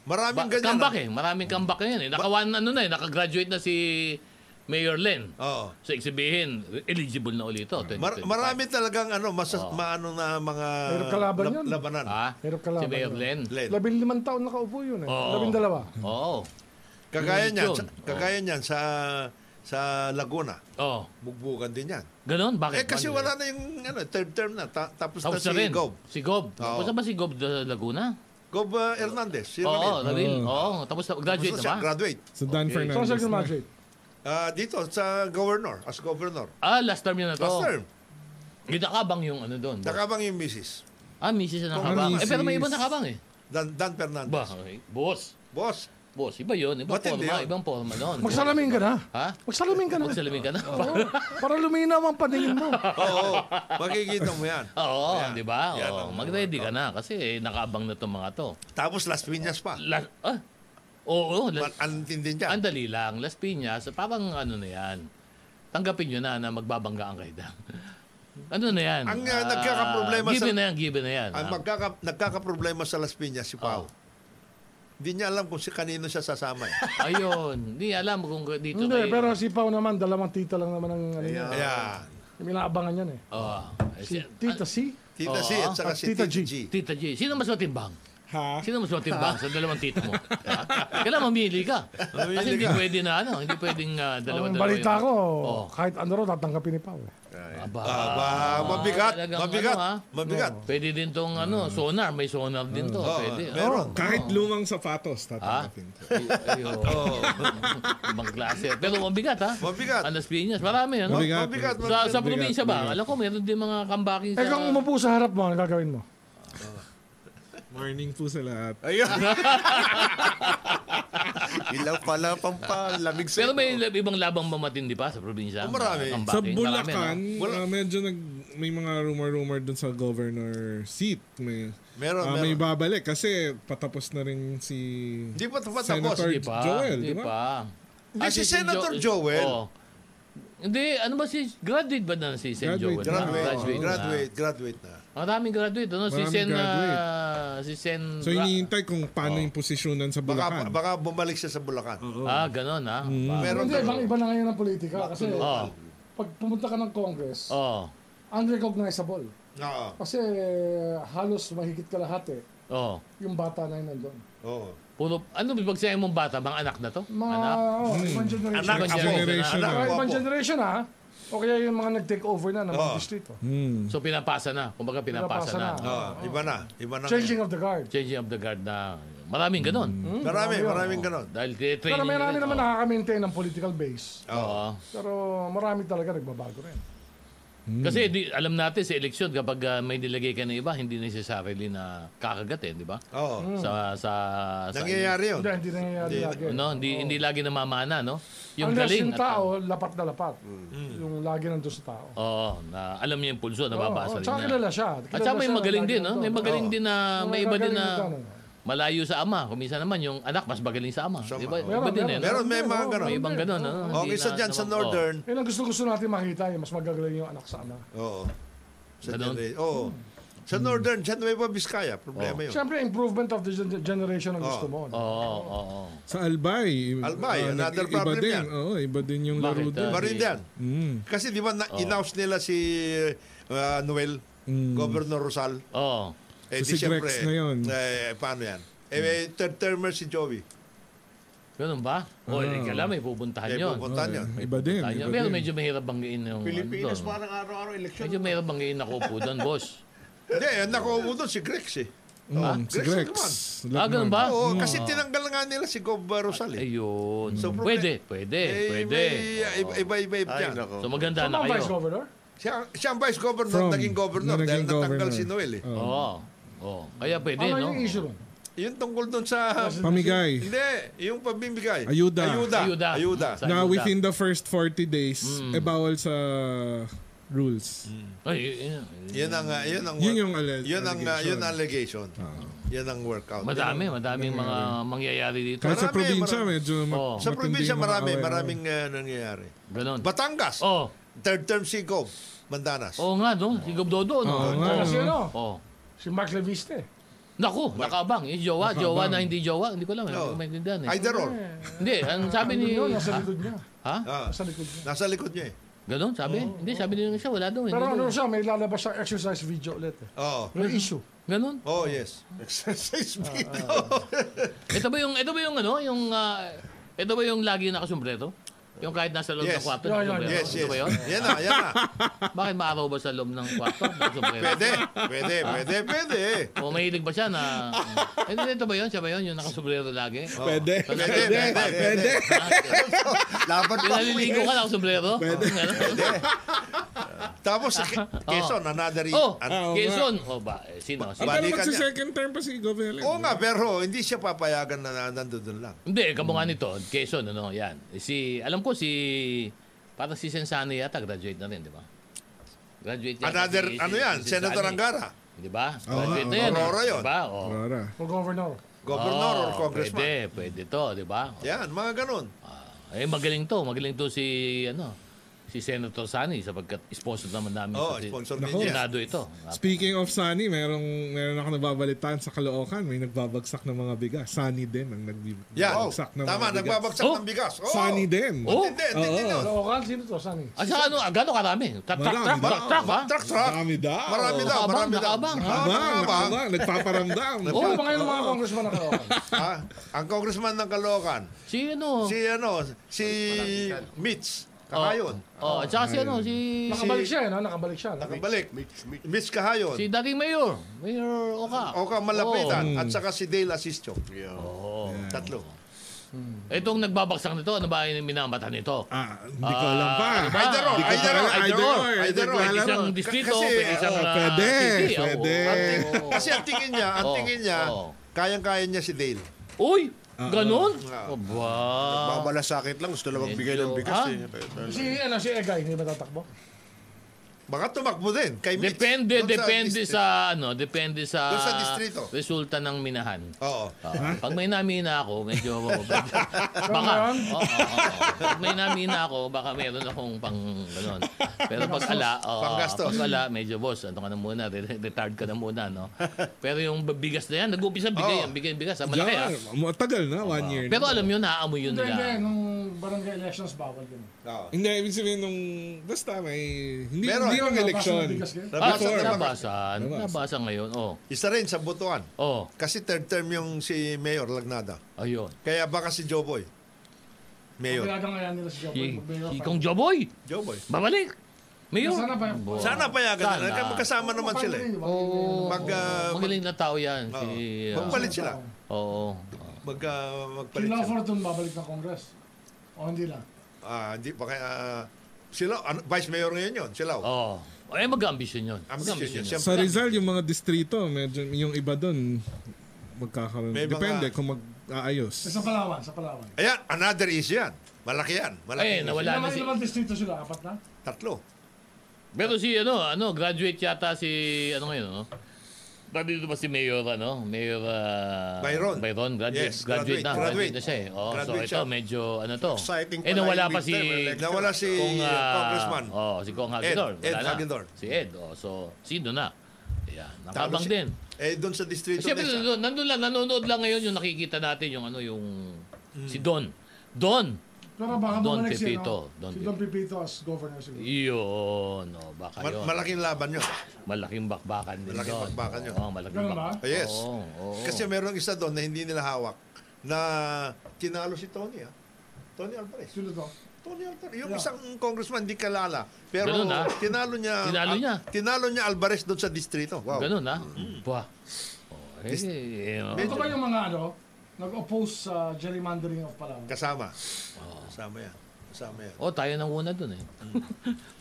A: ba-
C: Maraming ganyan.
A: comeback
C: ah.
A: eh. Maraming comeback ngayon eh. Nakawan ano na eh, nakagraduate na si Mayor Len.
C: Oo.
A: So, igsabihin, eligible na ulit ito.
C: Mar-
A: 2025.
C: marami talagang ano, masas, maano na mga
D: Pero kalaban
C: lab-
D: yun.
C: labanan.
A: Ha?
D: Hirap kalaban
A: Si Mayor
D: yun.
A: Len.
C: Len.
D: Labing limang taon nakaupo yun eh.
A: Oo.
D: Labing dalawa.
A: Oo.
C: Kagaya
A: Yun
C: niyan,
A: yun.
C: sa, kagaya niyan sa sa Laguna.
A: Oo.
C: Bugbugan din yan.
A: Oh, Ganon? Bakit?
C: Eh kasi
A: Bakit?
C: wala na yung ano, third term na. Ta- tapos na
A: Tapos
C: si
A: na rin.
C: Gob.
A: Si Gob.
C: Oo.
A: Tapos na ba si Gob de Laguna?
C: Gob uh, Hernandez.
A: Oo,
C: Si
A: oh, Laville.
C: Ramil.
D: Mm.
A: Oo, tapos na,
C: Tapos
A: graduate
C: na
A: na
C: siya,
A: ba?
C: graduate.
F: Sa Dan
D: So,
F: Fernandez.
D: sa
F: na.
D: graduate.
C: Ah, dito, sa governor, as governor.
A: Ah, last term yun na to.
C: Last term.
A: Yung nakabang yung ano doon.
C: Nakabang yung misis.
A: Ah, misis na nakabang. Eh,
F: misis.
A: pero may iba nakabang eh.
C: Dan, Dan Fernandez.
A: Ba? okay. Boss.
C: Boss.
A: Boss, iba yun. Ibang
C: Ba't hindi
A: forma.
C: yun?
A: Ibang forma noon.
D: Magsalamin ka na.
A: Ha?
D: Magsalamin ka na.
A: Magsalamin ka na.
D: Oo. Para luminaw ang paningin mo.
C: Oo, makikita mo yan.
A: Oo,
C: Ayan.
A: di ba?
C: Yan
A: Oo,
C: ang-
A: mag-ready ka na kasi eh, nakaabang na itong mga to.
C: Tapos Las Piñas pa.
A: La, ah, oo,
C: Mal-
A: las,
C: Ang tindi niya.
A: ang dali lang. Las Piñas, parang ano na yan. Tanggapin nyo na na magbabangga ang kaida. ano na yan?
C: Ang, ah, nagkakaproblema
A: sa... Given
C: sa-
A: na yan, given na yan.
C: Ang
A: ah.
C: magkaka, nagkakaproblema sa Las Piñas si Pao.
A: Oo.
C: Hindi niya alam kung si kanino siya sasama. eh.
A: Ayun, hindi alam kung dito
D: Hindi,
A: kayo.
D: pero si Pao naman, dalawang tita lang naman ang ano niya.
C: Ayan.
D: Yung inaabangan yan eh.
A: Oh, eh,
D: Si
A: si,
D: Tita C.
C: Tita
A: Oo.
C: si at saka
D: At
C: si
D: Tita
C: Tita G.
D: G.
A: Tita G, sino mas matimbang?
F: Ha?
A: Sino mas matimbang sa dalawang tita mo? Ha? Kailangan mamili ka. Kasi hindi pwede na ano, hindi pwedeng uh,
D: Ang
A: dalawa-dalawa.
D: balita
A: yun. Oh.
D: ko,
A: Oo.
D: kahit ano raw, tatanggapin ni Pao. eh.
A: Aba,
C: Aba, mabigat,
A: Ah. talagang
C: mabigat,
A: ano, ha?
C: mabigat.
A: Pwede din tong ano, sonar, may sonar din to. Pwede. Oh.
C: Meron.
F: Kahit lumang sapatos, tatanggapin ko.
A: Ay- ayun. Ibang klase. Pero mabigat ha?
C: Mabigat.
A: Alas Piñas, marami ano?
F: Mabigat.
C: Mabigat,
A: Sa, sa
F: Mabigat,
A: probinsya ba?
F: mabigat.
A: Alam ko, meron din mga kambaki sa...
D: Eh kung umupo sa harap mo, ang gagawin mo?
F: Morning po sa lahat.
G: Ayun. Ilaw pala pang palamig sa
A: Pero may lab- ibang labang mamatindi pa sa probinsya.
C: Oh, marami.
A: Ang
F: Sa
A: bagay,
F: Bulacan,
A: marami, ano?
F: ah, medyo nag, may mga rumor-rumor dun sa governor seat. May,
C: Meron,
F: ah,
C: meron.
F: may babalik kasi patapos na rin si
C: Hindi pa tapos.
A: no?
F: Senator
A: Di pa.
F: Joel,
A: di
F: di ba?
A: pa.
C: Hindi,
A: Ah,
C: si
A: Sen.
C: Senator
A: Jo-
C: Joel.
A: Oo. Hindi, ano ba si... Graduate ba na si Sen. Joel?
F: Graduate.
C: Graduate,
A: Ah,
C: graduate,
A: na.
C: graduate, na.
A: Ang daming graduate, ano? Si
F: Maraming
A: Sen...
F: graduate.
A: ah, si Sen...
F: So hinihintay kung paano yung posisyonan sa
C: Oh. Baka,
F: Bulacan.
C: baka bumalik siya sa Bulacan.
A: Ah, ganun ah.
F: Mm.
C: Meron
D: Hindi, ibang
C: daw.
D: iba na ngayon ang politika. Kasi
A: Oo.
D: pag pumunta ka ng Congress,
A: Oo.
D: unrecognizable.
C: Oo.
D: Kasi eh, halos mahigit kalahati
A: Oo.
D: yung bata na yun nandun.
C: Oo.
A: Puro, ano ba pagsayain mong bata? Mga anak na to?
D: Mga,
A: Anak? Hmm. Ah,
D: oh, ibang generation.
C: Anak,
A: Ibang
C: ako.
A: generation
C: Anak,
D: Mga
C: ako.
D: ibang generation ha. O kaya yung mga nag-take over na ng mga
A: Ah.
C: Oo.
D: distrito.
F: Hmm.
A: So pinapasa na. Kumbaga pinapasa,
D: Pinapasa
A: na.
D: na.
C: Oo, Iba na. Iba na.
D: Changing of the guard.
A: Changing of the guard na maraming ganun.
C: Marami, maraming ganon.
A: Dahil training
D: Hmm. Pero may marami
A: nila,
D: naman
A: oo.
D: nakaka-maintain ng political base.
A: Oo.
D: Pero marami talaga nagbabago rin.
A: Kasi di, alam natin sa eleksyon kapag ah, may nilagay ka na iba, hindi necessarily na kakagatin, di ba?
C: Oo.
D: Hmm.
A: Sa sa sa
C: Nangyayari yun.
D: Hindi, hindi nangyayari lagi.
A: No, hindi hindi lagi namamana, no? Yung
D: Unless
A: galing
D: yung
A: at- Mm.
D: tao, lapat na lapat. Yung lagi nandun sa tao.
A: Oo, na alam niya yung pulso,
D: Oo,
A: Oh, nababasa
D: oo,
A: rin
D: tsaka
A: niya.
D: kilala siya.
A: At
D: Kilala
A: saka may
D: siya,
A: magaling
D: lagi
A: din, no? May
D: nandun.
A: magaling din na,
D: Oo,
A: may iba din na
D: gagaling na-
A: malayo sa ama. Kumisa naman yung anak, mas magaling sa ama. Di ba?
D: Meron,
A: Iba din, eh, no?
C: Meron, may
D: Hindi,
C: mga
D: oo,
C: ganon.
A: May ibang
D: hindi.
A: ganun, no?
C: Okay,
A: Hindi
C: sa
A: na-
C: dyan, sa
A: naman-
C: Northern.
D: Yun ang gusto-gusto natin makita, yung mas magagaling yung anak sa ama.
C: Oo.
A: Ganon?
C: Sa
A: Hmm.
C: Northern. Oo. Sa Northern, sa Nueva Vizcaya, problema yun.
D: Siyempre, improvement of the gen- generation ang gusto mo.
A: Oo,
D: no?
A: oo, oo.
F: Sa Albay. i-
C: Albay,
F: ah,
C: another
F: nag- iba
C: problem
F: din.
C: yan.
F: Oo, iba din yung
A: Bakit,
F: laro Hmm.
A: ah?
F: doon.
C: Iba rin
A: Hindi.
C: yan. Kasi di ba na, in-house nila si uh, Noel, Governor Rosal.
A: Oo.
C: Eh,
F: Mm. So, si Grex
C: siyempre,
F: na yun.
C: Eh, paano yan? Eh, may third termer si Joey.
A: Ganun ba?
D: Ah.
A: O, eh, kala may pupuntahan
C: Eh,
A: yun.
C: pupuntahan yun.
F: Iba din.
A: Tayo.
F: Iba
A: Pero
F: din.
A: medyo mahirap banggain yung ano
G: Pilipinas,
A: doon.
G: parang araw-araw election.
A: Medyo mahirap banggain ako po doon, boss.
C: Hindi,
E: eh,
C: nakuha doon si Grex eh.
F: Mm, si
C: Grex
F: Grex.
C: naman.
A: Ah, ganun ba?
C: Oo, kasi tinanggal nga nila si Gov Rosal eh.
A: Ayun.
C: So, proble-
A: pwede, pwede,
C: Eh,
A: pwede.
C: may, uh, iba- Iba-iba iba
G: Ay,
C: dyan.
G: nako.
A: So maganda
D: Ano
A: na
D: ang vice
A: kayo.
D: governor?
C: Siya, siya ang vice governor,
F: From-
C: naging governor
F: na
C: dahil
F: naging Ah.
C: natanggal
F: governor.
C: si Noel eh.
A: Oo. Oh. Kaya pwede,
D: Ano
A: no?
D: yung issue nun?
E: Yung tungkol doon sa...
F: Pamigay.
E: Hindi, yung pabibigay.
F: Ayuda.
E: Ayuda.
A: Ayuda.
E: Ayuda.
A: Sa-
F: Na
A: Ayuda.
F: within the first 40 days, eh bawal sa rules.
A: Ay, eh, yeah.
E: Yun ang, uh, yun ang,
F: Yun yung alle-
E: yun ang, uh, yun
F: allegation. Ah.
E: ang allegation. Yun ang workout.
A: Madami, madaming mga mangyayari dito.
F: Kahit sa
E: Marami,
F: probinsya,
E: marami.
F: medyo
A: Oo.
F: ma-
E: Sa
F: matindi
E: probinsya,
F: yung mga
E: marami,
F: away-away.
E: maraming uh, nangyayari.
A: Ganon.
E: Batangas,
A: Oo.
E: third term Sigo, Mandanas.
A: Oo nga, no? Si Gob Dodo, no?
F: Oo
A: Oo.
F: nga,
D: Kasi
F: no?
D: ano,
A: Oo.
D: si Mark Leviste.
A: Naku, nakabang. Yung jowa,
F: Nakabang.
A: jowa na hindi jowa. Hindi ko alam.
E: Oo.
A: Hindi ko maintindihan eh.
E: Either or.
A: Hindi, ang sabi ni...
D: Ano Yun, nasa
A: Ha?
D: likod niya.
A: ha?
E: Ah,
D: Nasa likod niya.
E: nasa likod niya eh.
A: Ganon, sabi? Hindi, sabi nila siya, wala daw. eh.
D: Pero
A: Hindi
D: ano
A: daw.
D: siya, may lalabas siyang exercise video ulit. Eh.
E: Oo.
D: May issue.
A: Ganon.
E: Oh, yes. Exercise video.
A: Ito ba yung, ito ba yung ano, yung... ah, ito ba yung lagi nakasumbreto? Yung kahit nasa loob
E: Yes.
A: ng kwarto,
D: Yeah, yeah,
A: nakasumbreto?
E: Yes, yes.
A: Ito ba yun?
E: Yan na, yan na.
A: Bakit maaraw ba sa loob ng kwarto? Nakasumbreto?
E: Pwede, pwede, pwede, pwede.
A: O mahilig ba siya na... Eh, hindi, ito ba yun? Siya ba yun? Yung nakasombrero lagi? Oh.
F: Pwede.
E: Pwede, pwede, pwede. Dapat
A: Yung
E: pa.
A: naliligo ka nakasombrero? Pwede.
E: Tapos sa Ke- Quezon, another
A: oh,
C: Ah,
E: an-
F: oo
A: Quezon. O ba? eh, Sino?
F: Ah,
A: Sino?
F: pero
E: Balikan
F: magsa
E: niya.
F: second term pa si Govelen.
E: Oo nga, pero hindi siya papayagan na na- nandoon lang.
A: Hindi, kamo nga nito. Quezon, ano, yan. Eh, Si, alam ko si... Parang si Sensano yata, graduate na rin, di ba? Graduate yata
E: Another,
A: si- si-
E: ano yan,
A: si Sensani.
E: Senator Angara,
A: Di ba? Graduate na yan.
E: Aurora yun.
A: Di ba? O.
F: Rara.
D: For governor.
E: governor or
A: Oh,
E: congressman.
A: Pwede, pwede to, di ba?
E: Yan, mga ganun.
A: Eh, magaling to. Magaling to si, ano, si Senator Sani sapagkat sponsor naman namin. sa-
E: Oo, Oh, sponsor
A: sa
E: din yan.
A: Senado ito.
F: Speaking of Sunny, merong meron ako nababalitaan sa Caloocan, may nagbabagsak ng mga bigas. Sunny din ang
E: Yan. Oh,
F: nagbabagsak ng
E: Tama,
F: mga bigas.
E: nagbabagsak
A: Oh.
E: ng bigas. Oo.
F: Sunny din.
A: Oh,
E: Hindi, hindi, hindi.
F: Oo.
E: yun.
D: Kaloocan, sino to? Saan eh?
A: ah, sa ano, ah, gano'ng karami? Tra- Truck,
F: Marami,
A: truck, truck,
F: marami.
A: truck, ha?
E: Truck, truck.
F: Marami daw.
E: Marami daw,
A: Nakaabang,
E: marami daw.
A: nakaabang.
E: Ah,
F: Abang,
E: nakaabang.
F: nakabang, nagpaparamdam.
D: Oh,
A: eh.
D: ano ba ngayon ng mga congressman ng Kaloocan?
E: Ah, Ang congressman ng Caloocan,
A: Si ano?
E: si ano, si Mitch Kakayon.
A: Oh, at saka si ano, si...
D: Nakabalik siya, eh, no? Nakabalik siya. no?
E: Nakabalik.
G: Mitch, Mitch.
E: Mitch Kahayon.
A: Si dating mayor, Mayor Oka.
E: Oka Malapitan. At saka si Dale Asistio.
A: Oh.
E: Tatlo.
A: Itong nagbabaksak nito, ano ba yung minamata nito?
F: Ah, hindi ko alam pa.
A: Ah, iba.
E: Either or,
A: Hindi ko
E: either or,
F: alam.
E: either or,
F: Either
E: either or.
F: or, hindi ko alam.
A: Isang distrito,
E: Kasi,
A: pwede isang
F: ah,
A: ah,
F: pwede,
A: city. ah,
F: pwede.
A: oo.
E: Kasi ang tingin niya, ang
A: Oh,
E: tingin niya,
A: oh.
E: kayang-kaya niya si Dale.
A: Uy, ganun?
E: Ah.
A: Aba.
G: Babalasakit lang. Gusto lang magbigay ng bigas.
A: Ah.
G: eh. Pero-
D: Si, ano, si Egay, hindi ba tatakbo?
E: Baka tumakbo din kay Mitch.
A: Depende,
E: Doon
A: depende
E: district.
A: sa, ano, depende sa,
E: Doon sa distrito.
A: resulta ng minahan.
E: Oo.
A: Ah, pag may namina ako, medyo baka.
D: Meron?
A: Oo, oo, oo. Pag may namina ako, baka meron akong pang ganun. Pero pag ala, oo,
E: Panggastos.
A: pag ala, medyo boss, ano ka na muna, re- retired ka na muna, no? Pero yung bigas na yan, nag-umpisa bigay,
E: Oo.
A: ang bigay, bigas, ah, malaki ah.
F: Diyan, matagal na, one year na.
A: Pero alam yun, naamoy yun
D: Hindi, hindi.
A: nila.
D: Nung barangay elections, bawal yun.
E: Oo.
F: Hindi, ibig sabihin nung, basta may, hindi,
E: Meron.
F: hindi lang
D: Nabasa
F: eleksyon.
D: ng bigas ngayon.
A: Ah,
E: Nabasa
A: so,
E: na ba?
A: nabasa. Nabasa ngayon, oh.
E: Isa rin sa butuan.
A: Oh,
E: Kasi third term yung si Mayor Lagnada.
A: ayun.
E: Kaya baka si Joboy. Mayor.
D: Pinagawa nga yan nila si Jopo.
A: Si, si Kong Joboy,
E: Joboy.
A: babalik. Mayor.
D: Sana ba?
A: Bo-
E: Sana payagan na.
A: Sana.
E: Kaya magkasama naman sila. eh.
D: Oo.
E: Mag, ah, mag,
A: Oh, Magaling na tao yan. Si,
E: oo.
A: ah,
E: magpalit sila.
A: Oo.
E: Mag, ah, magpalit
D: Kailangan
E: sila.
D: fortune babalik ng Congress. O hindi lang.
E: Ah, hindi pa kaya... ah, sila, ano, Vice Mayor ngayon yun. Sila. oh.
A: Oo. Ay, mag-ambisyon yun.
E: Ambisyon
A: Mag-ambisyon
E: yun.
A: yun.
E: Siyempre.
F: Sa Rizal, yung mga distrito, medyo, yung iba doon, magkakaroon.
E: May mga-
F: Depende kung mag-aayos.
D: Eh, Sa Palawan, sa Palawan.
A: Oh.
E: Ayan, another issue yan. Malaki yan. Malaki
A: Eh,
E: yan.
A: nawala na
D: Ilang,
A: si...
D: ilang distrito sila? Apat na?
E: Tatlo.
A: Pero si, ano, ano, graduate yata si, ano ngayon, ano? Nandito ba si Mayor, ano? Mayor... ah,
E: Byron.
A: Byron, graduate,
E: Yes,
A: graduate,
E: graduate,
A: na. Graduate.
E: graduate.
A: na siya eh. Oo,
E: Graduate
A: so ito,
E: siya.
A: medyo, ano to.
G: Exciting
A: eh,
G: pala
A: nawala
G: yung
A: pa si...
G: midterm election.
E: eh. Nawala si
A: ah,
E: Congressman.
A: Oh, si Kong Hagidor.
E: Ed
A: wala na.
E: Hagidor.
A: Si Ed. Oh, so, sino na? Ayan,
E: Talo
A: nakabang
E: si-
A: din.
E: Eh, doon sa distrito
A: Siyempre,
E: na
A: nandun, nandun lang, nanonood lang ngayon yung nakikita natin, yung ano, yung...
E: Mm.
A: Si Don. Don!
D: Pero baka
A: Don
D: bumalik siya,
A: Pepito,
D: no?
A: Don
D: si Don Pepito as governor siguro.
A: Yun. Oh, baka
E: Ma-
A: yun.
E: malaking laban yun.
A: malaking bakbakan din
E: Malaking
A: doon.
E: bakbakan yun.
A: Oo, malaking
D: Ganun ba?
A: bakbakan.
E: Oh, yes.
A: Oo, oo.
E: Kasi merong isa doon na hindi nila hawak na tinalo si Tony ah. Tony Alvarez.
D: Sino to?
E: Tony Alvarez. Yung
D: Yeah.
E: isang congressman hindi kalala. Pero
A: Ganun, ah.
E: tinalo niya.
A: Tinalo niya.
E: tinalo niya Alvarez doon sa distrito. Wow.
A: Ganun, ha?
E: Mm.
A: Buwa. Oh, eh, eh, oh.
D: Ito ba yung mga ano, nag-oppose sa gerrymandering of Palawan?
E: Kasama. Kasama yan. Kasama yan.
A: Oh, tayo nang una dun eh.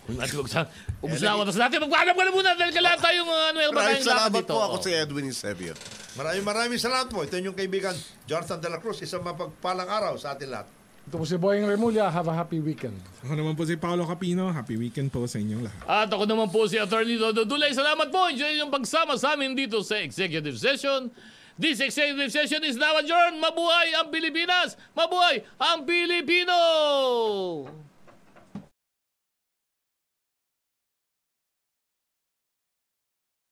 A: Huwag natin magsa- Ubusin na ako. Tapos natin magpaalam ka na muna dahil ka
E: Oh.
A: lahat tayong uh, ano, meron pa
G: Maraming
A: tayong lakad
G: salamat
A: dito.
G: po ako
A: Oh.
G: sa Edwin Eusebio.
E: Maraming maraming salamat po. Ito yung kaibigan, Jonathan De La Cruz. Isang mapagpalang araw sa atin lahat.
D: Ito po si Boying Remulla. Have a happy weekend.
F: Ako naman po si Paolo Capino. Happy weekend po sa inyong lahat.
A: Oh. At ako naman po si Attorney Dodo Dulay. Salamat po. Enjoy yung pagsama sa amin dito sa Executive Session. This Executive Session is now adjourned. Mabuhay ang Pilipinas! Mabuhay ang Pilipino!